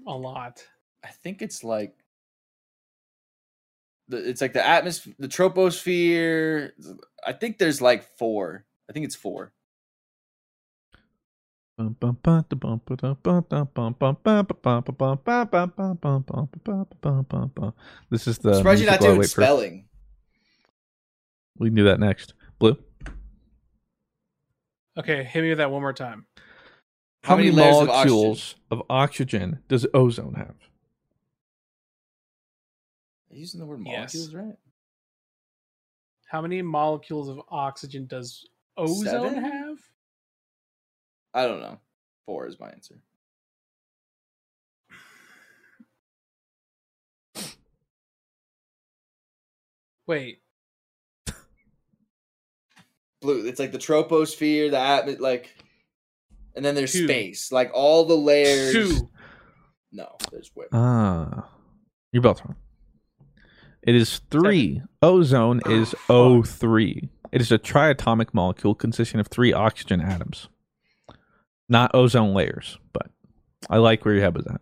A lot. I think it's like the it's like the atmosphere, the troposphere. I think there's like four. I think it's four. This is the. I'm surprised you're not musical I doing wait for. spelling. We can do that next. Blue. Okay, hit me with that one more time. How many layers of oxygen? molecules of oxygen does ozone have? Are you using the word Yes. molecules right? How many molecules of oxygen does ozone Seven? have? I don't know. Four is my answer. Wait, Blue. It's like the troposphere, the atmosphere, like, and then there's Two. space, like all the layers. two. No, there's way. Ah, you're both wrong. It is three. Ozone is O3. It is a triatomic molecule consisting of three oxygen atoms. Not ozone layers, but I like where your head was at.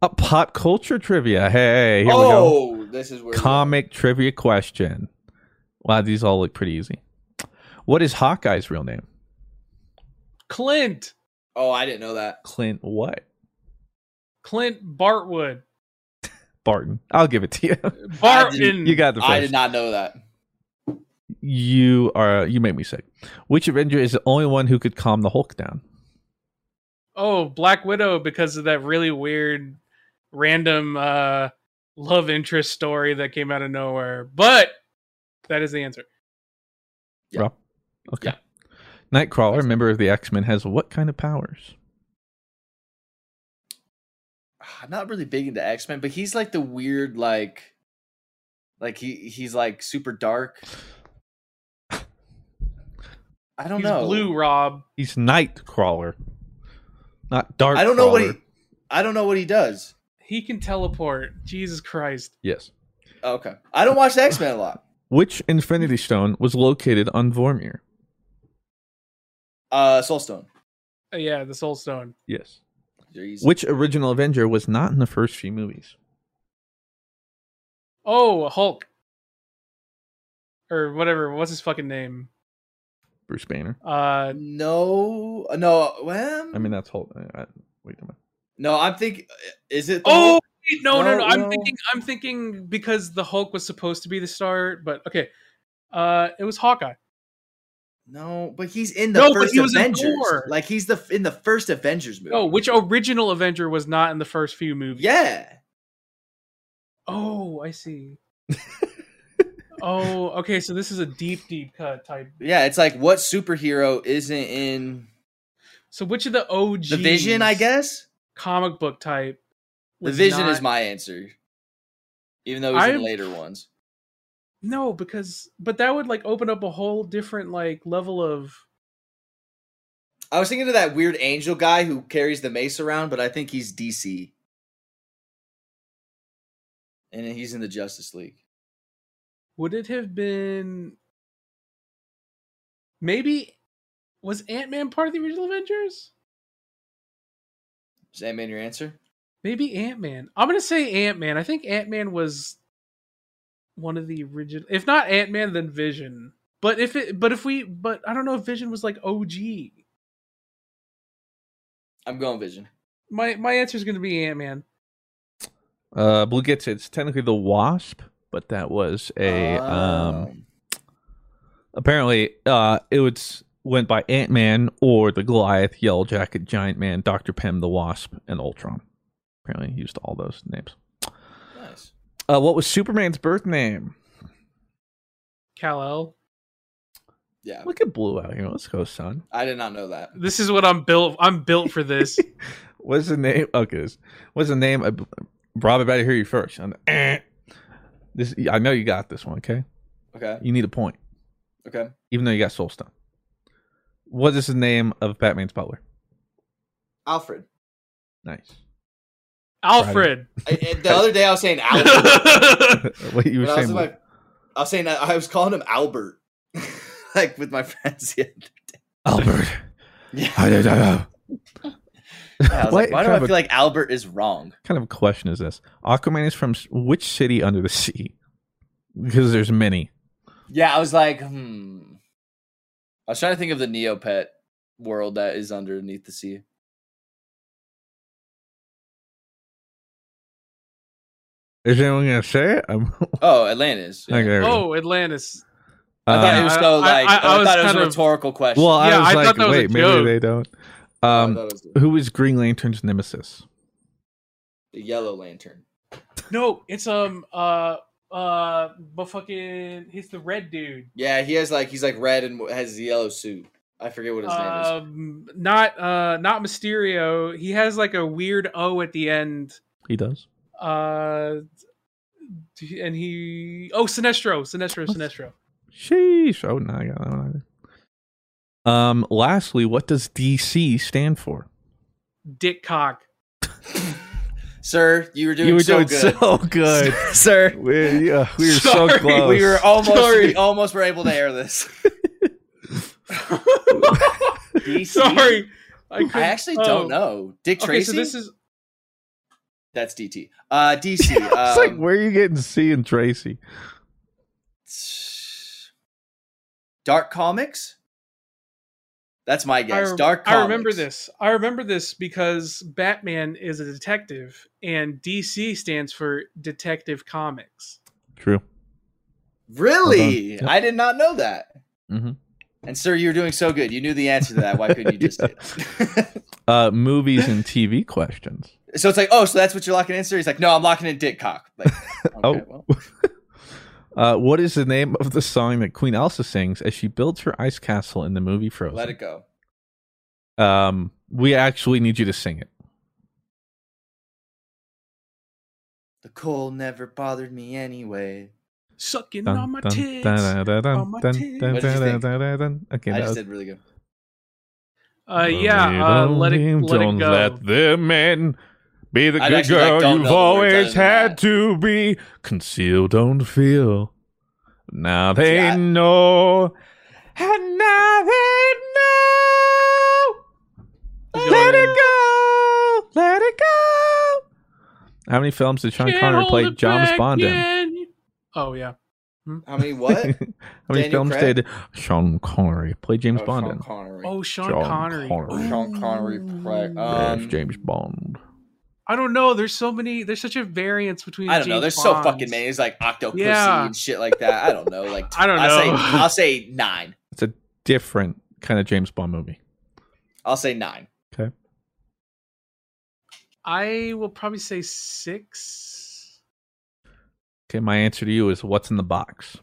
A pop culture trivia. Hey, here we go. oh, this is where. we- Comic trivia question. Wow, these all look pretty easy. What is Hawkeye's real name? Clint, Oh, I didn't know that. Clint what? Clint Bartwood, Barton. I'll give it to you. Barton. you got the first. I did not know that. You are you make me sick. Which Avenger is the only one who could calm the Hulk down? oh black widow because of that really weird random uh love interest story that came out of nowhere but that is the answer Yeah. Rob? Okay. Yeah. Nightcrawler, member of the X Men, has what kind of powers? Ah, I'm not really big into X Men, but he's like the weird like, like he he's like super dark. I don't he's know. blue rob He's Nightcrawler, not Dark. I don't know what he. I don't know what he does. he can teleport jesus christ Yes. Oh, Okay, I don't watch X Men a lot. Which Infinity Stone was located on Vormir? Uh, Soulstone. Uh, yeah, the Soul Stone. Yes. Jeez. Which original Avenger was not in the first few movies? Oh, Hulk. Or whatever. What's his fucking name? Bruce Banner. Uh, no, uh, no. Well, I mean, that's Hulk. I, I, wait a minute. no. I'm thinking. Is it? the oh, wait, no, no, No, no. I'm no. thinking. I'm thinking because the Hulk was supposed to be the star, but okay. Uh, it was Hawkeye. No, but he's in the No, but first he was in Avengers. Thor. Like he's the in the first Avengers movie. No, Oh, which original Avenger was not in the first few movies? yeah. Oh, I see. oh, okay. So this is a deep, deep cut type. Yeah, it's like what superhero isn't in So which of the OG The Vision, I guess? comic book type? The was Vision not- is my answer. Even though he's I'm- in later ones. no because but that would like open up a whole different like level of I was thinking of that weird angel guy who carries the mace around, but I think he's DC. And then he's in the Justice League. would it have been maybe was Ant-Man part of the original Avengers? Is that man your answer? Maybe Ant-Man. I'm going to say Ant-Man. I think Ant-Man was one of the original if not Ant-Man then Vision. But if it but if we but I don't know if Vision was like OG. I'm going Vision. My my answer is going to be Ant-Man. Uh, Blue gets it. it's technically the Wasp, but that was a um. Um, Apparently, uh, it was went by Ant Man or the Goliath, Yellow Jacket, Giant Man, Doctor Pym, the Wasp, and Ultron. Apparently, he used all those names. nice. Uh, what was Superman's birth name? Kal-El. Yeah. Look at Blue out here. Let's go, son. I did not know that. This is what I'm built I'm built for this. What's the name? Okay, this- what's the name? I, Rob, I better hear you first. I'm- eh. This, I know you got this one. Okay, Okay. you need a point, Okay. even though you got Soulstone. What is the name of Batman's butler? Alfred. Nice. Alfred. I- I- the other day I was saying Alfred. what you were When I, was saying? with my, I was saying I, I was calling him Albert, like with my friends. Yeah, Albert. yeah. I don't know. I was What like, why do kind I of a- feel like Albert is wrong? kind of question is this? Aquaman is from s- which city under the sea? Because there's many. Yeah, I was like, hmm. I was trying to think of the Neopet world that is underneath the sea. Is anyone gonna say it? I'm Oh, Atlantis. yeah. okay. there we go. Um, Oh, Atlantis. Oh, I thought it was Uh, so I- I- like I, I was thought it was kind a of- rhetorical question. well, I Yeah, was I thought like, that was a wait, maybe joke. they don't. I Um, thought it was the, who is Green Lantern's nemesis? the Yellow Lantern. No, it's um uh uh but fucking he's the red dude. Yeah, he has like he's like red and has the yellow suit. I forget what his name is. Um not uh not Mysterio. He has like a weird O at the end. He does. Uh and he oh Sinestro, Sinestro, Sinestro. Sheesh. Oh, no, I got that one either. Um, lastly, what does DC stand for? Dick cock. Sir, you were doing you were so doing good. so good. Sir, we, uh, we were so Sorry, close. we were almost Sorry. we almost were able to air this. DC? Sorry. I, I couldn't- actually oh. don't know. Dick Okay, Tracy. so this is that's DT. Uh, DC. it's like, um, where are you getting C and Tracy? Dark Comics. That's my guess. I, Dark. Comics. I remember this. I remember this because Batman is a detective and DC stands for Detective Comics. True. Really, Hold on. Yep. I did not know that. Mhm. And sir, you were doing so good. You knew the answer to that. Why couldn't you just? Yeah. say it? Uh, movies and TV questions. so it's like, oh, so that's what you're locking in, sir. He's like, no, I'm locking in Dick Cock. Like, okay, Oh. well. Uh, what is the name of the song that Queen Elsa sings as she builds her ice castle in the movie Frozen? let it go. Um, we actually need you to sing it. The cold never bothered me anyway. Sucking Dun, on my dun, tits. dun, dun, dun, on my dun, tits. dun, What did you dun, think? dun, dun, dun. Okay, I that just was- did really good. Uh, Well, we yeah, uh, don't let it need- let don't it go. let them in. Be the I'd good actually, like, girl don't know you've the words other always than had that. to be. Conceal, don't feel. Now they I- know. And now they know. Let it go. Let it go. How many films did Sean Can't Connery hold play it James back Bond in? in. Oh yeah, How many what? How many Daniel films Craig? did Sean Connery play James Oh, Bond Sean in? Connery. Oh, Sean John Connery. Connery. Sean Connery play. Yes, Um, James Bond. I don't know. There's so many. There's such a variance between. I don't know. James There's so Bonds. fucking many. It's like Octopussy Yeah. and shit like that. I don't know. Like I don't I'll know. Say, I'll say nine. It's a different kind of James Bond movie. I'll say nine. I will probably say six. Okay, my answer to you is what's in the box?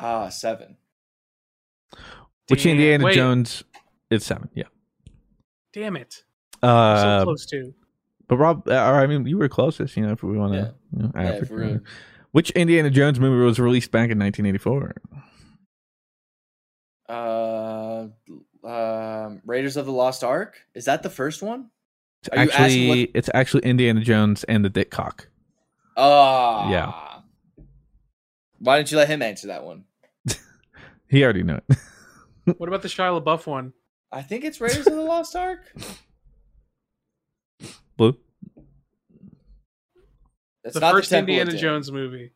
Ah, seven. Which Damn- Indiana wait, Jones is seven, yeah. Damn it! Uh, so close to. But Rob, uh, or I mean, you were closest. You know, if we want to. Yeah, if we're gonna- Which Indiana Jones movie was released back in 1984? Uh, um, Raiders of the Lost Ark. Is that the first one? It's Are you asking actually, what- it's actually Indiana Jones and the Dick Cock. Ah, Yeah. Why didn't you let him answer that one? He already knew it. What about the Shia LaBeouf one? I think it's Raiders of the Lost Ark. Blue. It's the not first Temple of Indiana Doom. Jones movie,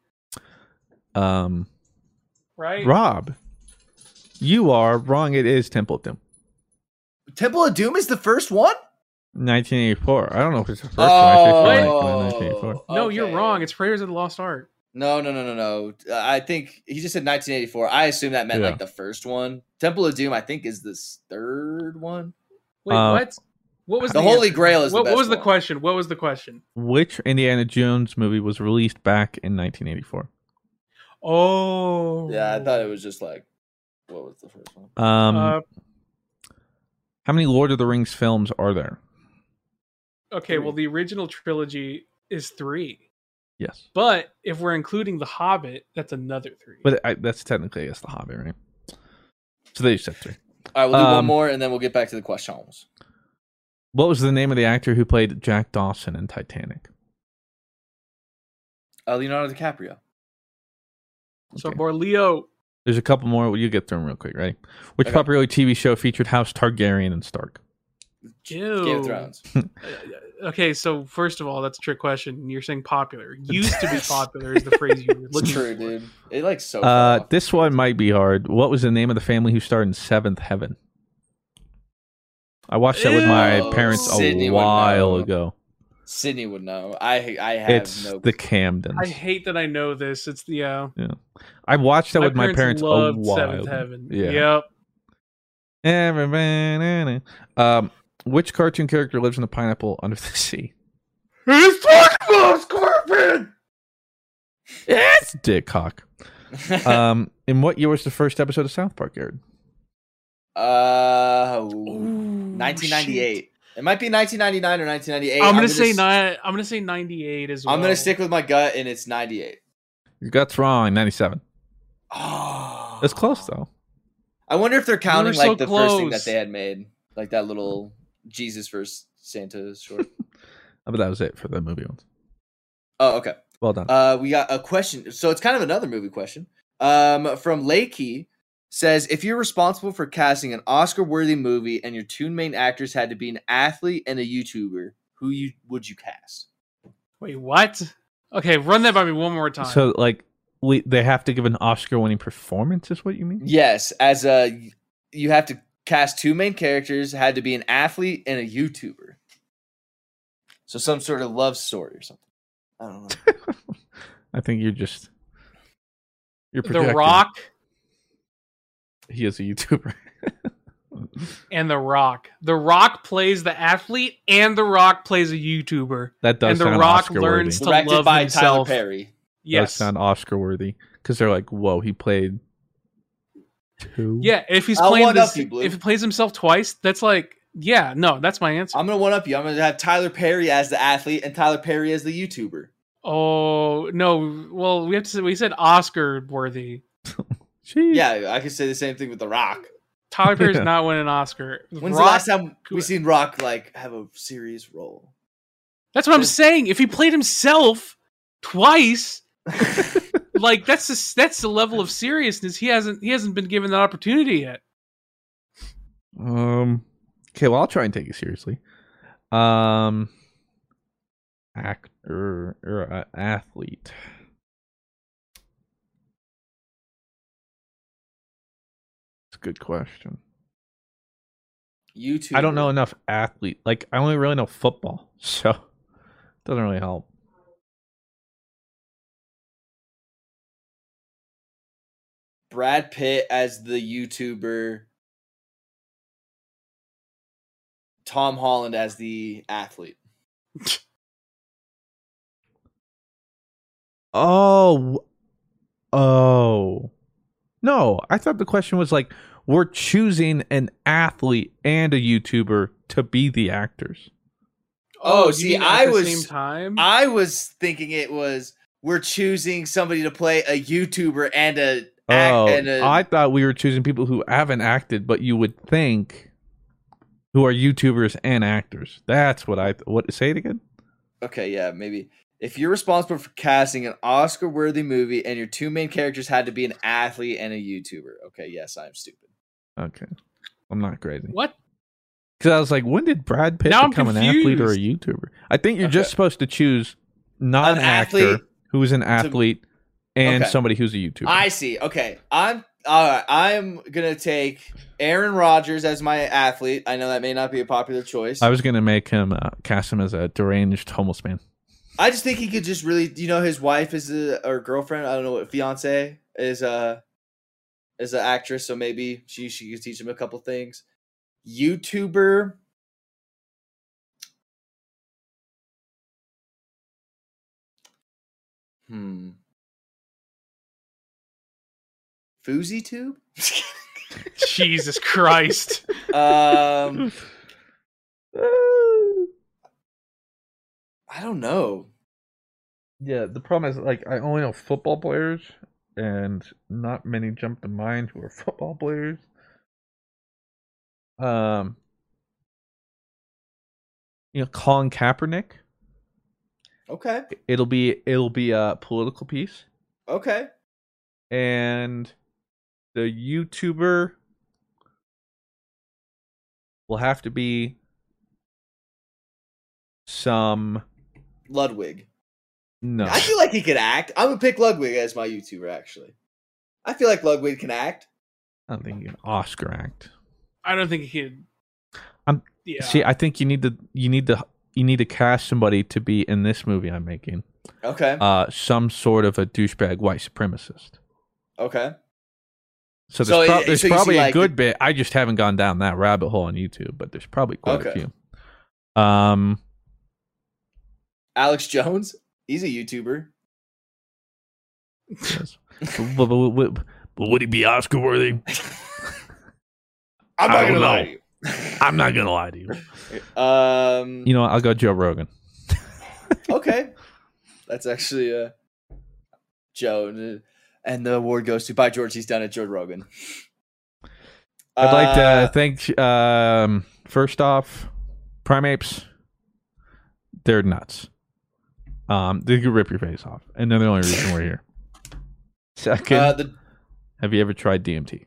Um, right? Rob, you are wrong. It is Temple of Doom, Temple of Doom is the first one. 1984. I don't know if it's the first one. I oh, feel like it's 1984. No, you're okay. wrong. It's Raiders of the Lost Ark. No, no, no, no, no. Uh, I think he just said 1984. I assume that meant Yeah. like the first one. Temple of Doom, I think, is this third one. Wait, Uh, what? What was the Holy Grail is the What, what best was the one. question? What was the question? Which Indiana Jones movie was released back in 1984? Oh, Yeah, I thought it was just like, what was the first one? Um, Uh, how many Lord of the Rings films are there? okay, well, the original trilogy is three, Yes. but if we're including The Hobbit, that's another three. But I, that's technically, I guess, the Hobbit, right? So they said three. All right, we'll do Um, one more and then we'll get back to the questions. What was the name of the actor who played Jack Dawson in Titanic? Uh, Leonardo DiCaprio. so Okay. Borleo, There's a couple more. You get through them real quick, right? Which Okay. popular TV show featured House Targaryen and Stark? ew. Game of Thrones. Uh, Okay, so first of all, that's a trick question. You're saying popular used to be popular is the phrase you were It's looking true, for. dude. It like so. far Uh, off. this one might be hard. What was the name of the family who starred in Seventh Heaven? I watched that with my Ew. parents a Sydney would while know. ago. Sydney would know. I I have It's no. the Camdens. I I, hate that I know this. It's the uh, watched that with my parents a loved while. Seventh Heaven. Yeah. Yep. Everybody- Um, which cartoon character lives in the pineapple under the sea? He's talking about Scorpion. Yes, Dick Cock. Um, in what year was the first episode of South Park aired? uh, Ooh, 1998. shit. It might be 1999 or 1998. I'm gonna say s- nine. I'm gonna say 98 as well. I'm gonna stick with my gut, and it's 98. Your gut's wrong. Ninety-seven. Oh, That's close though. I wonder if they're counting Ah. so like the first thing that close. they had made, like that little Jesus versus Santa short. But that was it for the movie ones. oh, okay. Well done. Uh, we got a question. So it's kind of another movie question. Um, from Lakey says, if you're responsible for casting an Oscar-worthy movie and your two main actors had to be an athlete and a YouTuber, who you would you cast? Wait, what? Okay, run that by me one more time. so like, we, they have to give an Oscar-winning performance, is what you mean? Yes, as a you have to cast two main characters had to be an athlete and a YouTuber. So some sort of love story or something. I don't know. I think you're just. You're the projecting. Rock He is a YouTuber. and The Rock. The Rock plays the athlete, and The Rock plays a YouTuber. That does And The sound Rock Oscar worthy. learns- to Directed love by himself. Tyler Perry. Does Yes. sound Oscar worthy because they're like, whoa, he played. Two. yeah. If he's I'll playing one-up this, you, Blue. if he plays himself twice, that's like, yeah, no, that's my answer. I'm gonna one up you. I'm gonna have Tyler Perry as the athlete and Tyler Perry as the YouTuber. oh no. Well, we have to say we said Oscar worthy. Jeez. Yeah, I could say the same thing with The Rock. Tyler Perry's Yeah. not winning an Oscar. When's Rock- the last time we could- seen Rock like have a serious role? That's what I'm saying. If he played himself twice, like that's the, that's the level of seriousness he hasn't he hasn't been given that opportunity yet. Um. Okay, well, I'll try and take it seriously. Um, actor or uh, athlete. It's a good question. YouTube. I don't know enough athlete. Like, I only really know football, so doesn't really help. Brad Pitt as the YouTuber. Tom Holland as the athlete. Oh, wh- oh, no! I thought the question was like we're choosing an athlete and a YouTuber to be the actors. Oh, you see, mean at I the was- same time. I was thinking it was we're choosing somebody to play a YouTuber and a Oh, act and a I thought we were choosing people who haven't acted, but you would think who are YouTubers and actors. That's what I what say it again. Okay, yeah, maybe. If you're responsible for casting an Oscar worthy movie and your two main characters had to be an athlete and a YouTuber. Okay, yes, I'm stupid. Okay, I'm not crazy what? because I was like, when did Brad Pitt Now I'm become an athlete or a confused. YouTuber? I think you're Okay. just supposed to choose not an, actor athlete who's an athlete and Okay. somebody who's a YouTuber. I see. Okay. I'm all right. I'm gonna take Aaron Rodgers as my athlete. I know that may not be a popular choice. I was gonna make him uh, cast him as a deranged homeless man. I just think he could just really, you know, his wife is a or girlfriend. I don't know what fiance is a is an actress, so maybe she she could teach him a couple things. YouTuber. Hmm. Foozy tube. Jesus Christ! um. Uh, I don't know. Yeah, the problem is like I only know football players, and not many jump to mind who are football players. Um, you know, Colin Kaepernick. Okay. It'll be it'll be a political piece, Okay. and the YouTuber will have to be some Ludwig. no. I feel like he could act. I'm gonna pick Ludwig as my YouTuber. Actually, I feel like Ludwig can act. I don't think you can Oscar act. I don't think he could. I'm- Yeah. See, I think you need to you need to you need to cast somebody to be in this movie I'm making. Okay. Uh some sort of a douchebag white supremacist. okay. So there's, So prob- it- there's so you see, probably like- a good bit. I just haven't gone down that rabbit hole on YouTube, but there's probably quite Okay. a few. Um Alex Jones. He's a YouTuber. yes. but, but- but- but- but would he be Oscar worthy? I'm I not don't gonna lie know. to I'm not gonna lie to you. you. Um. You know, what? I'll go Joe Rogan. okay. That's actually uh, Joe, and- uh, and the award goes to by George. He's done it. Joe Rogan. I'd like Uh, to thank um first off, primates. They're nuts. Um, they could rip your face off, and they're the only reason we're here. Second, uh, the have you ever tried DMT?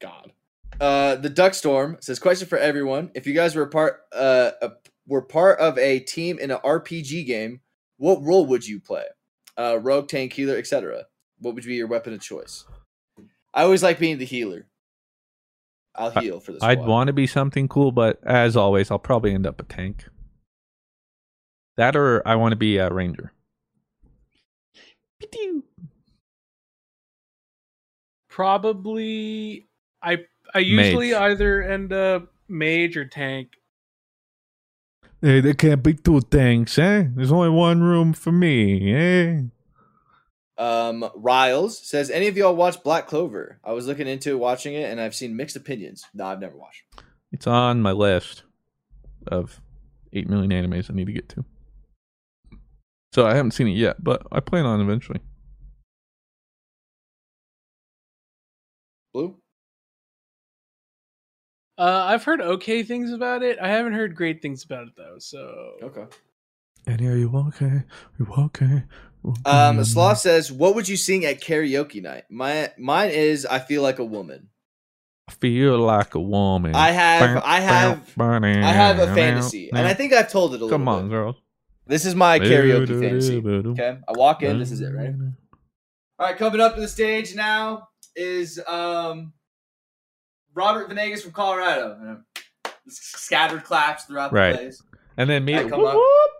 God. Uh, the Duck Storm says, "Question for everyone: If you guys were part, uh, a, were part of a team in an RPG game, what role would you play? Uh, rogue, tank, healer, etc. What would be your weapon of choice? I always like being the healer. I'll I- heal for this. I'd want to be something cool, but as always, I'll probably end up a tank. That or I want to be a ranger. Pew. probably I I usually Mage. either end up mage or tank. Hey, there can't be two tanks, eh? There's only one room for me, eh? Um, Riles says, "Any of y'all watch Black Clover? I was looking into watching it, and I've seen mixed opinions. No, I've never watched. It's on my list of eight million animes I need to get to. So I haven't seen it yet, but I plan on eventually. Blue. Uh, I've heard okay things about it. I haven't heard great things about it though. So Okay. And here you okay? You okay? Um, Sloth says, "What would you sing at karaoke night? My mine is I feel like a woman. Feel like a woman. I have- I have- I I have a fantasy, and I think I've told it a little. Come on, bit. girls. This is my karaoke fantasy. Okay, I walk in. This is it, right? All right, coming up to the stage now is um, Robert Venegas from Colorado. And, um, Scattered claps throughout Right. the place. And then me. I come whoop, up. whoop.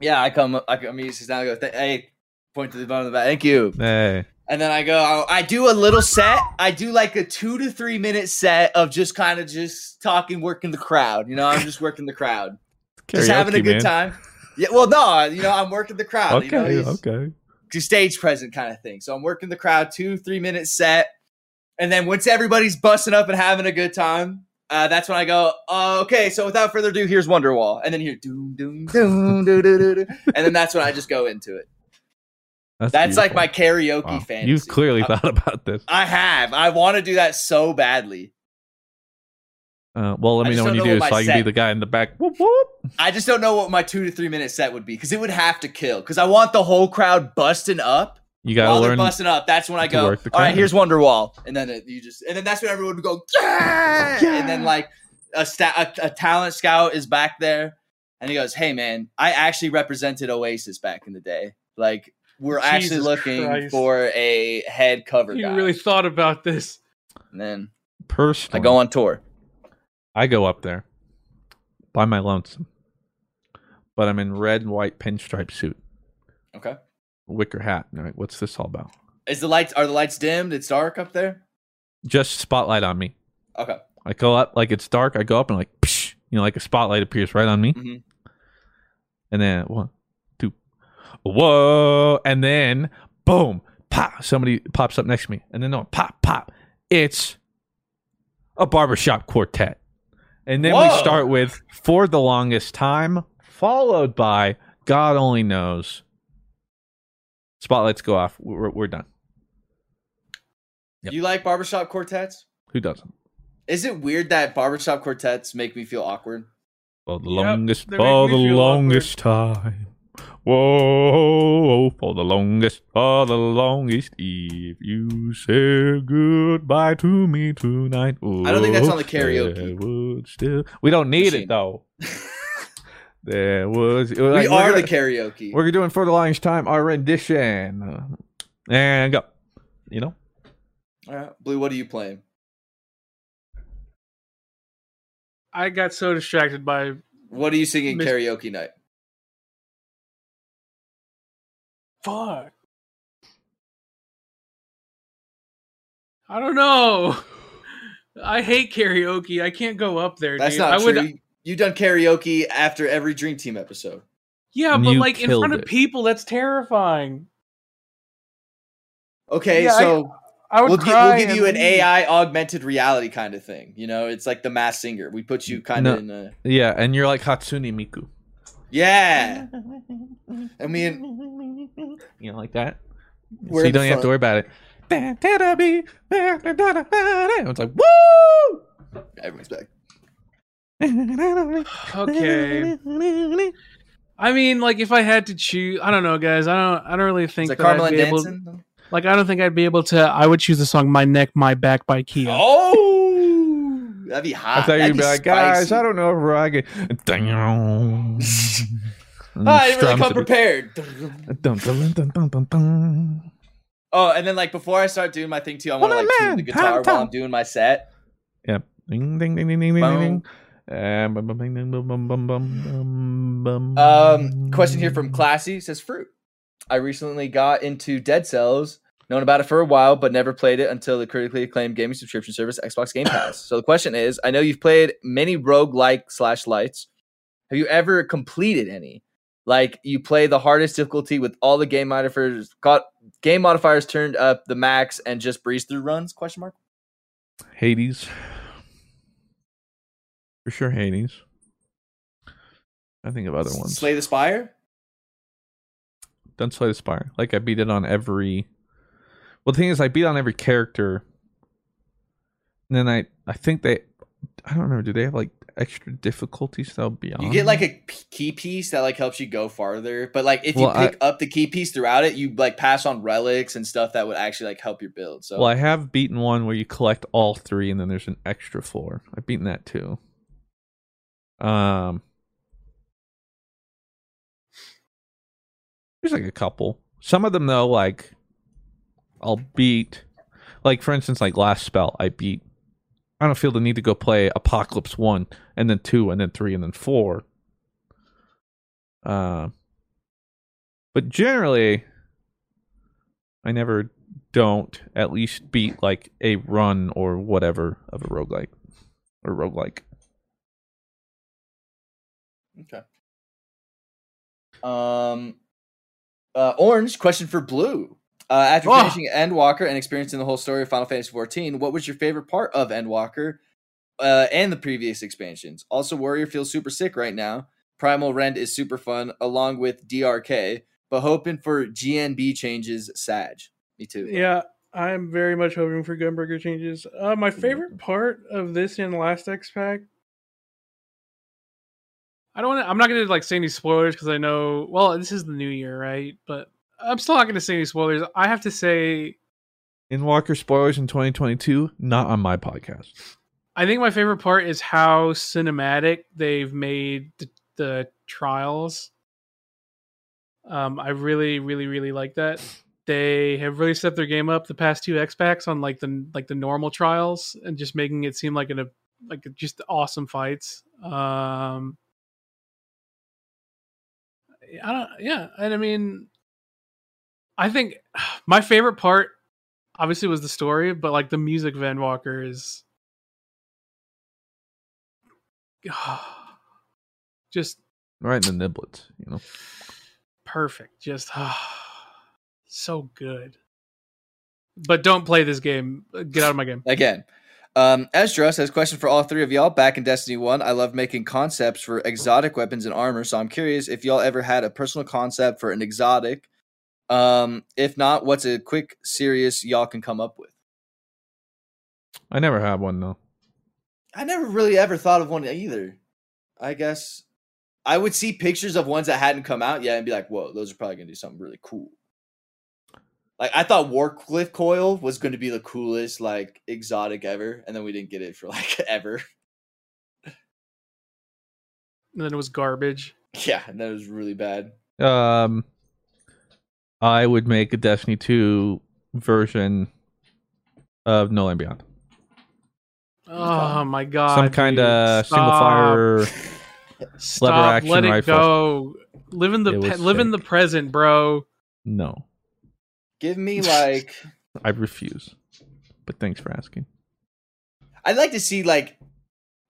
Yeah, I come. I come. He sits down. and go. "Th- Hey, point to the bottom of the back. Thank you. Hey, And then I go, I do a little set. I do like a two to three minute set of just kind of just talking, working the crowd. You know, I'm just working the crowd, just having a karaoke, good man. time. Yeah, well, no, you know, I'm working the crowd. you know, Okay, he's- okay. he's stage present kind of thing. So I'm working the crowd, two three minute set, and then once everybody's busting up and having a good time, uh, that's when I go, oh, okay. So without further ado, here's Wonderwall, and then here, doom doom doom doom doom, doom, and then that's when I just go into it. That's, That's like beautiful. my karaoke Wow. fantasy. Uh, You've clearly I- thought about this. I have. I want to do that so badly. Uh, well, let I me just know when don't you know do, what so my I can be set- the guy in the back. Whoop whoop. I just don't know what my two to three minute set would be because it would have to kill. Because I want the whole crowd busting up. You gotta While they're learn. busting up, that's when I to go. All work the right, crowd." here's Wonderwall, and then it, you just, and then that's when everyone would go, yeah! and then like a, sta- a a talent scout is back there, and he goes, "Hey man, I actually represented Oasis back in the day. Like we're actually Jesus looking Christ. for a head cover You guy." really thought about this. and then I Personally, go on tour. I go up there by my lonesome, but I'm in red and white pinstripe suit, Okay. wicker hat. and I'm like, what's this all about? Is the lights are the lights dimmed? It's dark up there. Just spotlight on me. Okay. I go up, like it's dark. I go up and like, psh, you know, like a spotlight appears right on me. Mhm. And then one, two, whoa, and then boom, pop. Somebody pops up next to me, and then no, pop, pop. It's a barbershop quartet, and then we Whoa. start with for the longest time, followed by God only knows. Spotlights go off. We're, we're done. Yep. You like barbershop quartets? Who doesn't? Is it weird that barbershop quartets make me feel awkward? For the Yep, longest, they make for me the feel longest time. Whoa, for the longest, for the longest. If you say goodbye to me tonight, I don't think that's on the oh, karaoke. there would still- we don't need Machine. it though. there was. We like, are we're, the karaoke. we're doing for the longest time our rendition, and go. You know, All right, Blue, what are you playing? I got so distracted by What are you singing Miss- karaoke night? fuck. I don't know. I hate karaoke. I can't go up there. That's dude. not I true. would You, you done karaoke after every Dream Team episode. Yeah, but You like in killed front of it. people, that's terrifying. Okay, Yeah, I- so I would we'll, gi- cry. we'll give and you an leave. AI augmented reality kind of thing. You know, it's like the mass singer. We put you kind No. of in a yeah, and you're like Hatsune Miku. yeah. I mean, You know, like that. We're so you in the don't have front. to worry about it. It's like woo. everyone's back. Okay. I mean, like if I had to choose, I don't know, guys. I don't. I don't really Is think it that I'd Carmelin be able. dancing? Like I don't think I'd be able to. I would choose the song "My Neck, My Back" by Kia. Oh, that'd be hot. I thought That'd you'd be like, guys, spicy. I don't know if I can. And Ah, I didn't really strums come it. prepared. Dum, dum, dum, dum, dum, dum. Oh, and then like before I start doing my thing too, I want to Well, like tune man, the guitar time, time. while I'm doing my set. Yep. Ding ding ding ding ding ding Boom. ding. Uh, bum, bum, ding, ding, bum, bum, bum, bum, bum, Um, question here bum. from Classy says fruit. I recently got into Dead Cells, known about it for a while, but never played it until the critically acclaimed gaming subscription service Xbox Game Pass. so the question is, I know you've played many roguelike slash lights. Have you ever completed any? Like you play the hardest difficulty with all the game modifiers got game modifiers turned up the max and just breeze through runs? Question mark. Hades. For sure, Hades. I think of other ones. Slay the Spire. Done Slay the Spire. Like I beat it on every. Well, the thing is, I beat on every character. And then I, I think they, I don't remember. Do they have like extra difficulty style beyond? You get like a p- key piece that like helps you go farther, but like if Well, I- you pick up the key piece throughout it, you like pass on relics and stuff that would actually like help your build. So Well, I have beaten one where you collect all three, and then there's an extra four. I've beaten that too. Um, there's like a couple. Some of them though, like I'll beat. Like for instance, like last spell, I beat. I don't feel the need to go play Apocalypse one, and then two, and then three, and then four. Um, but generally, I never don't at least beat like a run or whatever of a roguelike or roguelike. okay. Um, uh, orange question for blue. Uh, after Oh. finishing Endwalker and experiencing the whole story of Final Fantasy XIV, what was your favorite part of Endwalker uh, and the previous expansions? Also, Warrior feels super sick right now. Primal Rend is super fun, along with DRK, but hoping for GNB changes. Sag, me too. Yeah, I'm very much hoping for Gunburger changes. Uh, my favorite part of this and last X pack. I don't want to. I'm not going to like say any spoilers because I know. Well, this is the new year, right? But I'm still not going to say any spoilers. I have to say, In Walker spoilers in 2022, not on my podcast. I think my favorite part is how cinematic they've made the, the trials. Um, I really, really, really like that. They have really stepped their game up the past two X packs on like the like the normal trials and just making it seem like an like just awesome fights. Um, I don't, yeah, and I mean, I think my favorite part obviously was the story, but like the music of Endwalker is just Right in the niblets, you know. perfect. Just so good. But don't play this game. Get out of my game. Again. Um, Esdras has a question for all three of y'all. Back in Destiny 1, I love making concepts for exotic weapons and armor, so I'm curious if y'all ever had a personal concept for an exotic. Um, if not, what's a quick, serious y'all can come up with? I never had one though. I never really ever thought of one either. I guess I would see pictures of ones that hadn't come out yet and be like, whoa, those are probably going to do something really cool. Like, I thought Warcliffe Coil was going to be the coolest, like, exotic ever, and then we didn't get it for, like, ever. And then it was garbage. Yeah, and that was really bad. Um, I would make a Destiny 2 version of No Land Beyond. Oh my god. Some kind of dude. single fire. Stop. Stop. action Let it rifle. go. Live in the It pe- was live in the sick. present, bro. No, Give me like I refuse. But thanks for asking. I'd like to see like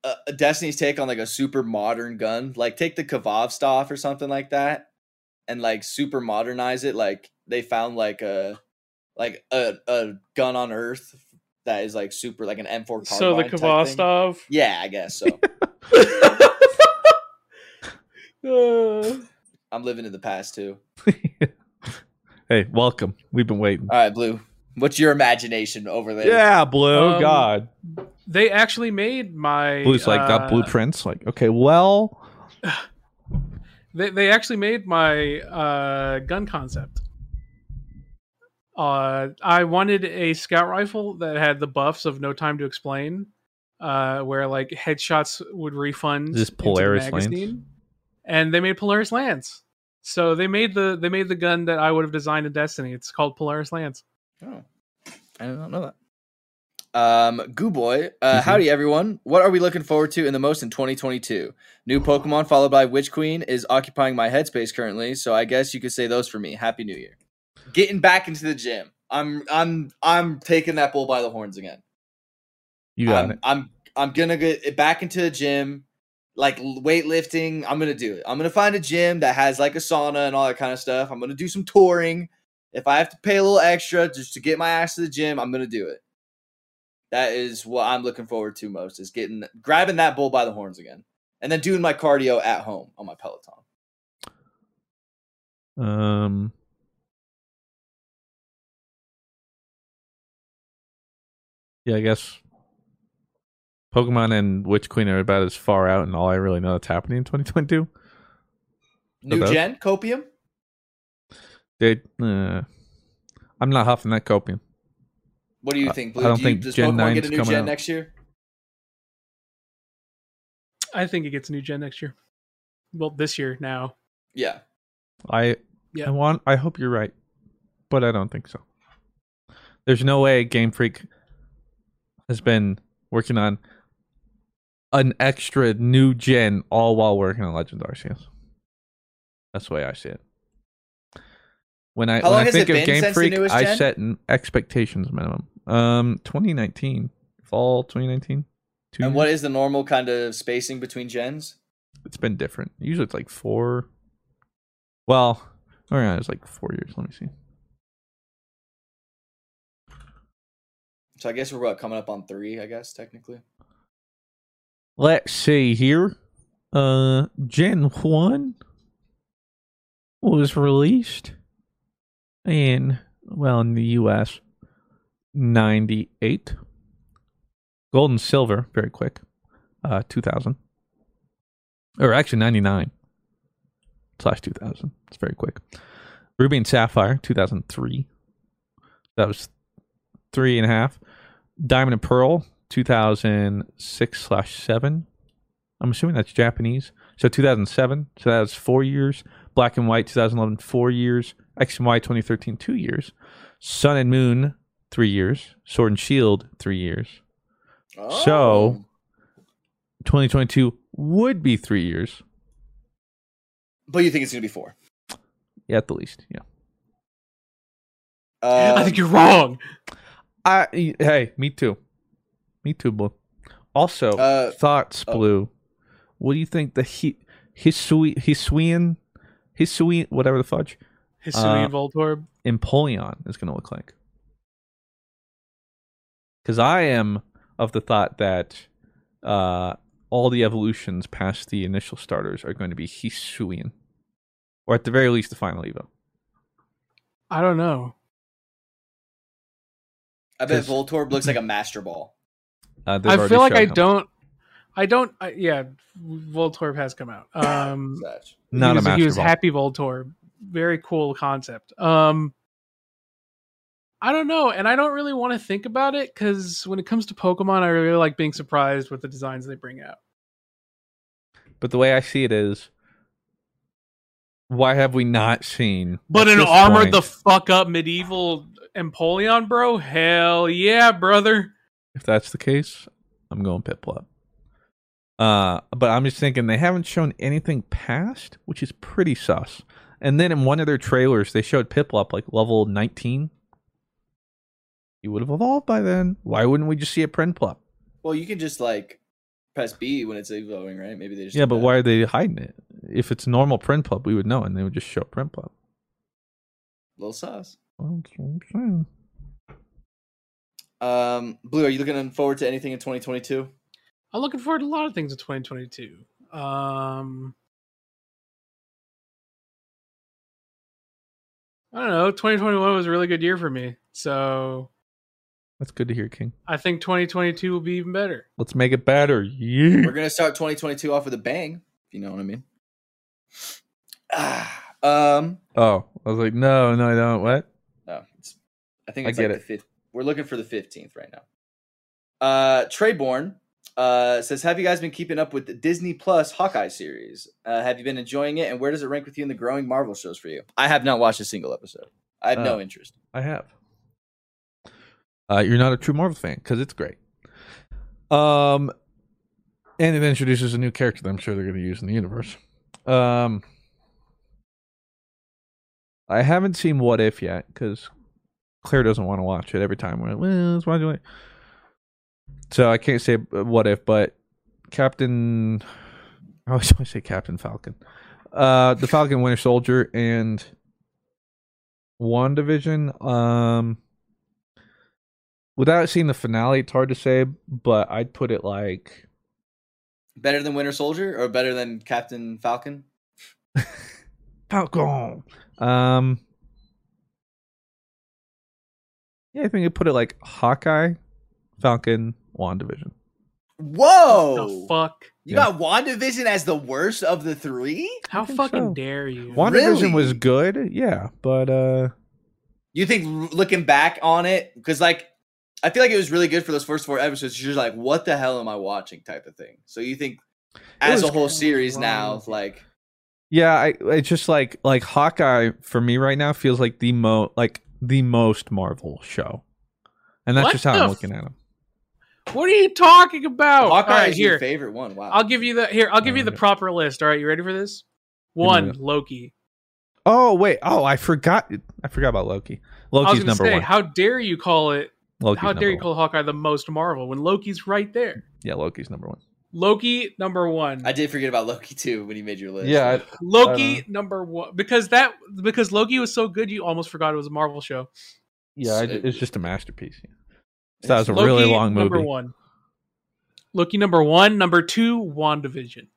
a, a Destiny's take on like a super modern gun. Like take the Kavov stuff or something like that and like super modernize it. Like they found like a like a, a gun on Earth that is like super like an M4 so the carbine type thing. Kvostov. Yeah, I guess so. Uh, I'm living in the past too. hey, welcome. We've been waiting. All right, Blue. What's your imagination over there? Yeah, Blue. Um, God. they actually made my Blue's like uh, got blueprints. Like, okay, well, They they actually made my uh, gun concept. Uh, I wanted a scout rifle that had the buffs of No Time to Explain, uh, where like headshots would refund. This into the Polaris Lance? magazine. and they made Polaris Lance. So they made the they made the gun that I would have designed in Destiny. It's called Polaris Lance. Oh, I did not know that. Um, Goo Boy, uh, howdy everyone. What are we looking forward to in the most in 2022? New Pokemon followed by Witch Queen is occupying my headspace currently, so I guess you could say those for me. Happy New Year. Getting back into the gym. I'm I'm I'm taking that bull by the horns again. you got I'm, it. I'm I'm gonna get it back into the gym, like l- weightlifting. I'm gonna do it. I'm gonna find a gym that has like a sauna and all that kind of stuff. I'm gonna do some touring. If I have to pay a little extra just to get my ass to the gym, I'm gonna do it. That is what I'm looking forward to most is getting grabbing that bull by the horns again, and then doing my cardio at home on my Peloton. Um, yeah, I guess Pokemon and Witch Queen are about as far out, and all I really know that's happening in 2022. New Okay. gen copium. They, uh, I'm not huffing that copium. What do you I- think? I don't do you, think does Gen Pokemon 9's get a new coming gen out. next year? I think it gets a new gen next year. Well, this year now. Yeah. I, Yeah. I want. I hope you're right, but I don't think so. There's no way Game Freak has been working on an extra new gen all while working on Legends Arceus. That's the way I see it. When I How when long I has think it of been Game since the Freak, newest I gen? set an expectations minimum. Um, 2019, fall 2019. Two And years? what is the normal kind of spacing between gens? it's been different. Usually it's like four. Well, all right, it's like four years. Let me see. So I guess we're what coming up on three. I guess technically. Let's see here. Uh, Gen One was released in well in the U.S. ninety-eight. Gold and silver, very quick. Uh, two thousand, or actually ninety-nine slash two thousand. It's very quick. Ruby and sapphire, two thousand three. That was three and a half. Diamond and Pearl, 2006 slash 7. I'm assuming that's Japanese. So 2007. So that was four years. Black and White, 2011, four years. X and Y, 2013, two years. Sun and Moon, three years. Sword and Shield, three years. So- 2022 would be three years. But you think it's gonna be four? Yeah, at the least. Yeah. Uh, I think you're wrong. I hey, me too. Me too, Blue. Also, Uh, thoughts, oh. Blue. What do you think the he Hisui Hisuian Hisuian whatever the fudge Hisuian Uh, Voltorb. Empoleon is going to look like? Because I am of the thought that uh, all the evolutions past the initial starters are going to be Hisuian, or at the very least, the final Evo. I don't know. I bet 'cause- Voltorb looks like a master ball. Uh, they've I already feel like shown I him. don't. I don't. I, yeah, Voltorb has come out. Um, Such. Not he was, a master He was ball. happy Voltorb. Very cool concept. Um, I don't know, and I don't really want to think about it because when it comes to Pokemon, I really like being surprised with the designs they bring out. But the way I see it is, why have we not seen? But at an this armored point, the fuck up medieval Empoleon, bro. Hell yeah, brother. if that's the case, I'm going Piplup. Uh, but I'm just thinking they haven't shown anything past, which is pretty sus. And then in one of their trailers, they showed Piplup like level 19. He would have evolved by then. Why wouldn't we just see a Prenplup? Well, you can just like press B when it's evolving, right? Maybe they just Yeah, did but that. why are they hiding it? If it's normal Prenplup, we would know, and they would just show Prenplup. little sauce? Well, that's what I'm saying. Um, Blue, are you looking forward to anything in 2022? I'm looking forward to a lot of things in 2022. Um, I don't know. 2021 was a really good year for me, so That's good to hear, King. I think 2022 will be even better. Let's make it better. Yeah. We're gonna start 2022 off with a bang, if you know what I mean. Ah, um, Oh, I was like, no, no, I don't. What? no, it's, I think I it's get like it. the fifth. We're looking for the 15th right now. Uh, Treyborn uh says, "Have you guys been keeping up with the Disney Plus Hawkeye series? Uh, have you been enjoying it? And where does it rank with you in the growing Marvel shows for you? I have not watched a single episode. I have Uh, no interest. I have. Uh, you're not a true Marvel fan because it's great. Um, and it introduces a new character that I'm sure they're going to use in the universe. Um, I haven't seen What If yet because Claire doesn't want to watch it every time. We're like, well, let's watch it. So I can't say uh, What If, but Captain. I always want to say Captain Falcon. Uh, the Falcon Winter Soldier and WandaVision. Um, without seeing the finale, it's hard to say, but I'd put it like Better than Winter Soldier or better than Captain Falcon? Falcon. Um, yeah, I think I'd put it like Hawkeye, Falcon, WandaVision. Whoa! Oh. The fuck? You Yeah. got WandaVision as the worst of the three? How think fucking so. dare you? WandaVision was Really? good, yeah, but uh, You think r- looking back on it, because like I feel like it was really good for those first four episodes. You're just like, what the hell am I watching? Type of thing. So you think as was a whole kinda series wrong now, with it. like yeah, I it's just like like Hawkeye for me right now feels like the mo like the most Marvel show, and that's What just how the I'm f- looking at him. What are you talking about? Hawkeye Oh, All right, is your here. favorite one. Wow. I'll give you the here. I'll give you the Alright. proper list. All right, you ready for this? me One that. Loki. Oh wait, oh I forgot I forgot about Loki. I was Loki's gonna number say, one. how dare you call it? Loki's how number dare you one. call Hawkeye the most Marvel when Loki's right there? Yeah, Loki's number one. Loki number one. I did forget about Loki too when you made your list. Yeah, Loki number one because that because Loki was so good you almost forgot it was a Marvel show. Yeah, I, So- it's just a masterpiece. So that was a Loki really long movie. number one. Loki number one, number two, WandaVision.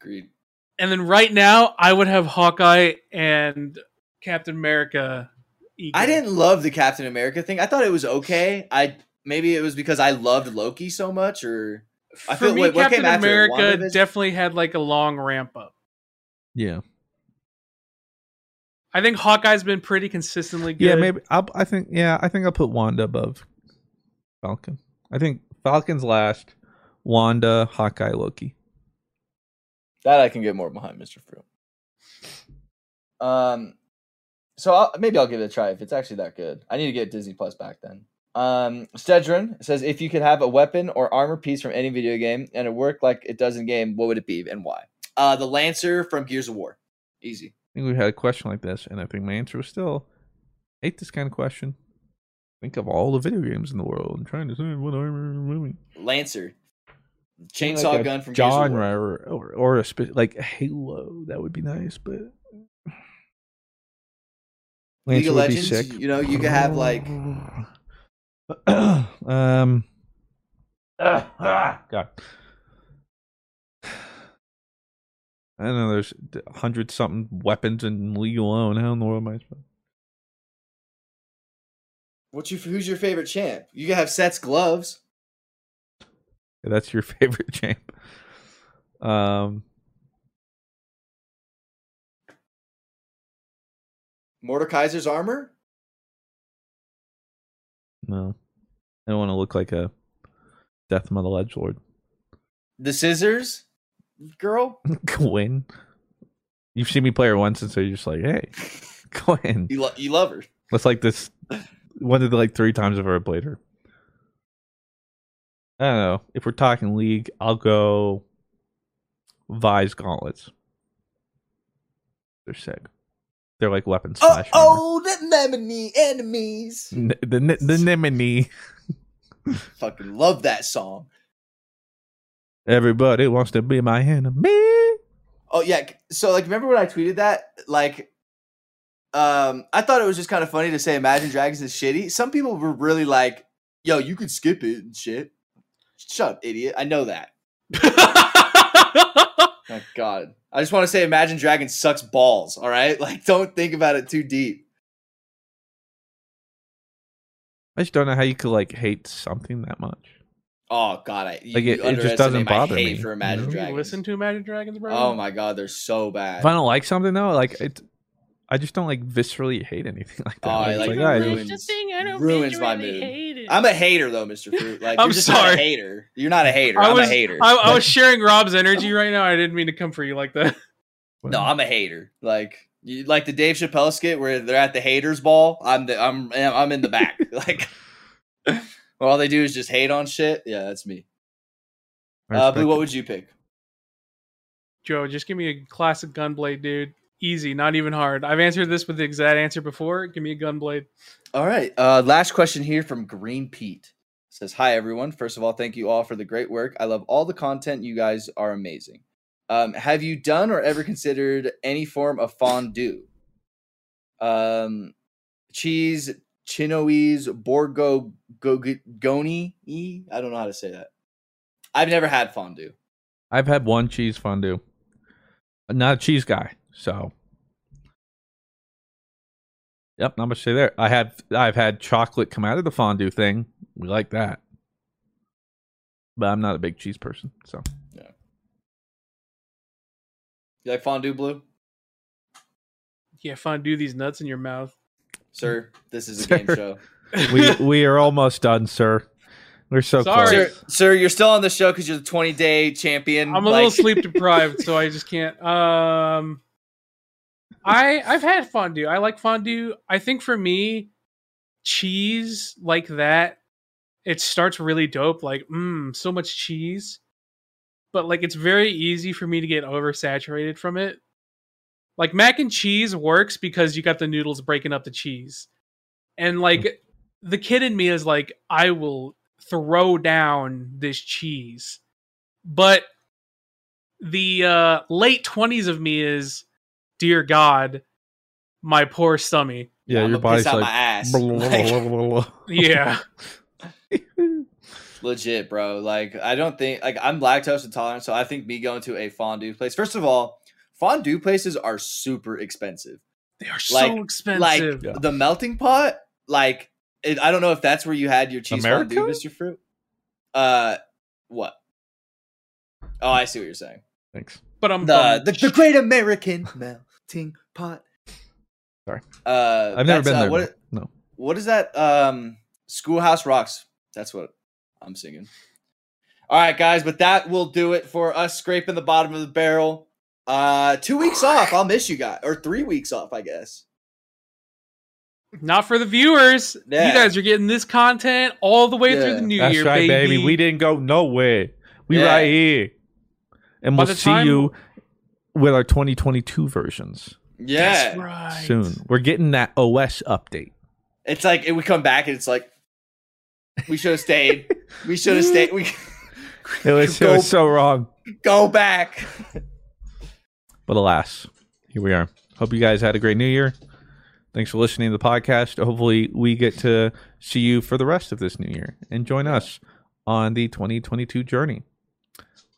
agreed. And then right now I would have Hawkeye and Captain America. equal. I didn't love the Captain America thing. I thought it was okay. I maybe it was because I loved Loki so much, or I For feel- me, wait, what Captain came after it? America WandaVision? definitely had like a long ramp up. Yeah, I think Hawkeye's been pretty consistently good. yeah, maybe I'll, I think yeah, I think I'll put Wanda above Falcon. I think Falcon's last. Wanda, Hawkeye, Loki. that I can get more behind, Mister Fruit. Um, so I'll, maybe I'll give it a try if it's actually that good. I need to get Disney Plus back then. Um, Stedron says if you could have a weapon or armor piece from any video game and it worked like it does in game, what would it be and why? Uh, the Lancer from Gears of War, easy. I think we had a question like this, and I think my answer was still hate this kind of question. Think of all the video games in the world. I'm trying to say what armor. Really. Lancer, chainsaw like a gun from Gears of War. genre or, or or a spe- like Halo. That would be nice, but Lancer League of would be Legends, sick. you know, you could have, like- um. God. I don't know. There's a hundred something weapons in League alone. How in the world am I? supposed- What's your who's your favorite champ? You can have Seth's gloves. Yeah, that's your favorite champ. Um. Mordekaiser's armor. No, I don't want to look like a death metal edge lord. The scissors, girl. Gwen. You've seen me play her once, and so you're just like, hey, Gwen. You, lo- you love her. That's like this one of the like three times I've ever played her. I don't know. If we're talking league, I'll go Vise gauntlets. They're sick. They're like weapon Oh, slash. armor. oh, the lemony enemies. N- the the, the Nimini. Fucking love that song. Everybody wants to be my enemy. Oh yeah. c- So like, remember when I tweeted that? Like, um, I thought it was just kind of funny to say Imagine Dragons is shitty. Some people were really like, "Yo, you could skip it and shit." Shut up, idiot. I know that. My God. I just want to say Imagine Dragons sucks balls, all right? Like, don't think about it too deep. I just don't know how you could like hate something that much. Oh, God. I, you, Like, it- you it just underestimate doesn't my bother hate me, for you know? Imagine Have you Dragons. listen to Imagine Dragons, bro. oh, my God. They're so bad. If I don't like something though, like it, I just don't like viscerally hate anything like that. Oh, I It's like all right, ruins- just- ruins my mood. I'm a hater, though, Mr. Fruit. Like, I'm you're just not sorry. a hater. You're not a hater. I I'm was, a hater. I, I was sharing Rob's energy right now. I didn't mean to come for you like that. no, I'm a hater. Like, you, like the Dave Chappelle skit where they're at the haters ball. I'm the I'm I'm in the back. like, all they do is just hate on shit. Yeah, that's me. I Uh, respect Blue, it. what would you pick? Joe, just give me a classic gunblade, dude. Easy, not even hard. I've answered this with the exact answer before. Give me a gunblade. All right. Uh, last question here from Green Pete says, "Hi everyone. First of all, thank you all for the great work. I love all the content. You guys are amazing. Um, have you done or ever considered any form of fondue? Um, cheese, chinoise, borgo, goni. I don't know how to say that. I've never had fondue. I've had one cheese fondue. I'm not a cheese guy, so. Yep, not much to say there. I had I've had chocolate come out of the fondue thing. We like that. but I'm not a big cheese person. So You like fondue blue? Yeah, fondue these nuts in your mouth. Sir, this is a game Sir. show. we we are almost done, sir. We're so Sorry. Sir, close. sir, you're still on the show because you're the 20 day champion. I'm a like- little sleep deprived, so I just can't. Um, I I've had fondue. I like fondue. I think for me, cheese like that, it starts really dope. Like, mmm, so much cheese, but like it's very easy for me to get oversaturated from it. Like mac and cheese works because you got the noodles breaking up the cheese, and like the kid in me is like, I will throw down this cheese but the uh, late twenties of me is, dear God, my poor stomach. Yeah, I'ma your piss body's out my like. ass. blah, blah, Like, blah, blah, blah, blah. Yeah, legit, bro. Like, I don't think like I'm lactose intolerant, so I think me going to a fondue place. First of all, fondue places are super expensive. they are Like- so Like expensive. Yeah. the melting pot, like it, I don't know if that's where you had your cheese fondue, America? Mr. Fruit. Uh, what? Oh, I see what you're saying. Thanks. but I'm The bummed. the, the Great American Melting Pot. Sorry. Uh, I've never that's, been uh, there. What, but- no. what is that? Um, Schoolhouse Rocks. That's what I'm singing. All right, guys, but that will do it for us scraping the bottom of the barrel. Uh, two weeks off. I'll miss you guys, or three weeks off, I guess. not for the viewers. Yeah. You guys are getting this content all the way through Yeah. the new That's year, right, baby. baby. We didn't go nowhere. We Yeah. right here, and By we'll the see time- you with our 2022 versions Yeah, That's right. soon. We're getting that OS update. it's like we come back and it's like we should have stayed. we should have stayed. We It was, it go, was so wrong, go back. but alas, here we are. Hope you guys had a great New Year. Thanks for listening to the podcast. Hopefully, we get to see you for the rest of this New Year and join us on the 2022 journey.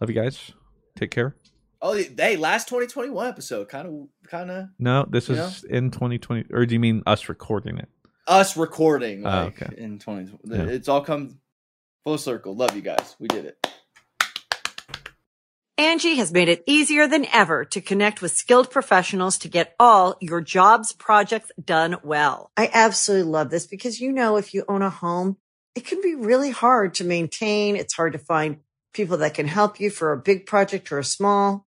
Love you guys. Take care. Oh, hey, last 2021 episode, kind of, kind of No, this Yeah. is in 2020, or do you mean us recording it? us recording Oh, like okay. in 20 Yeah. it's all come full circle love you guys we did it Angie has made it easier than ever to connect with skilled professionals to get all your jobs projects done well. I absolutely love this because, you know, if you own a home, it can be really hard to maintain. It's hard to find people that can help you for a big project or a small.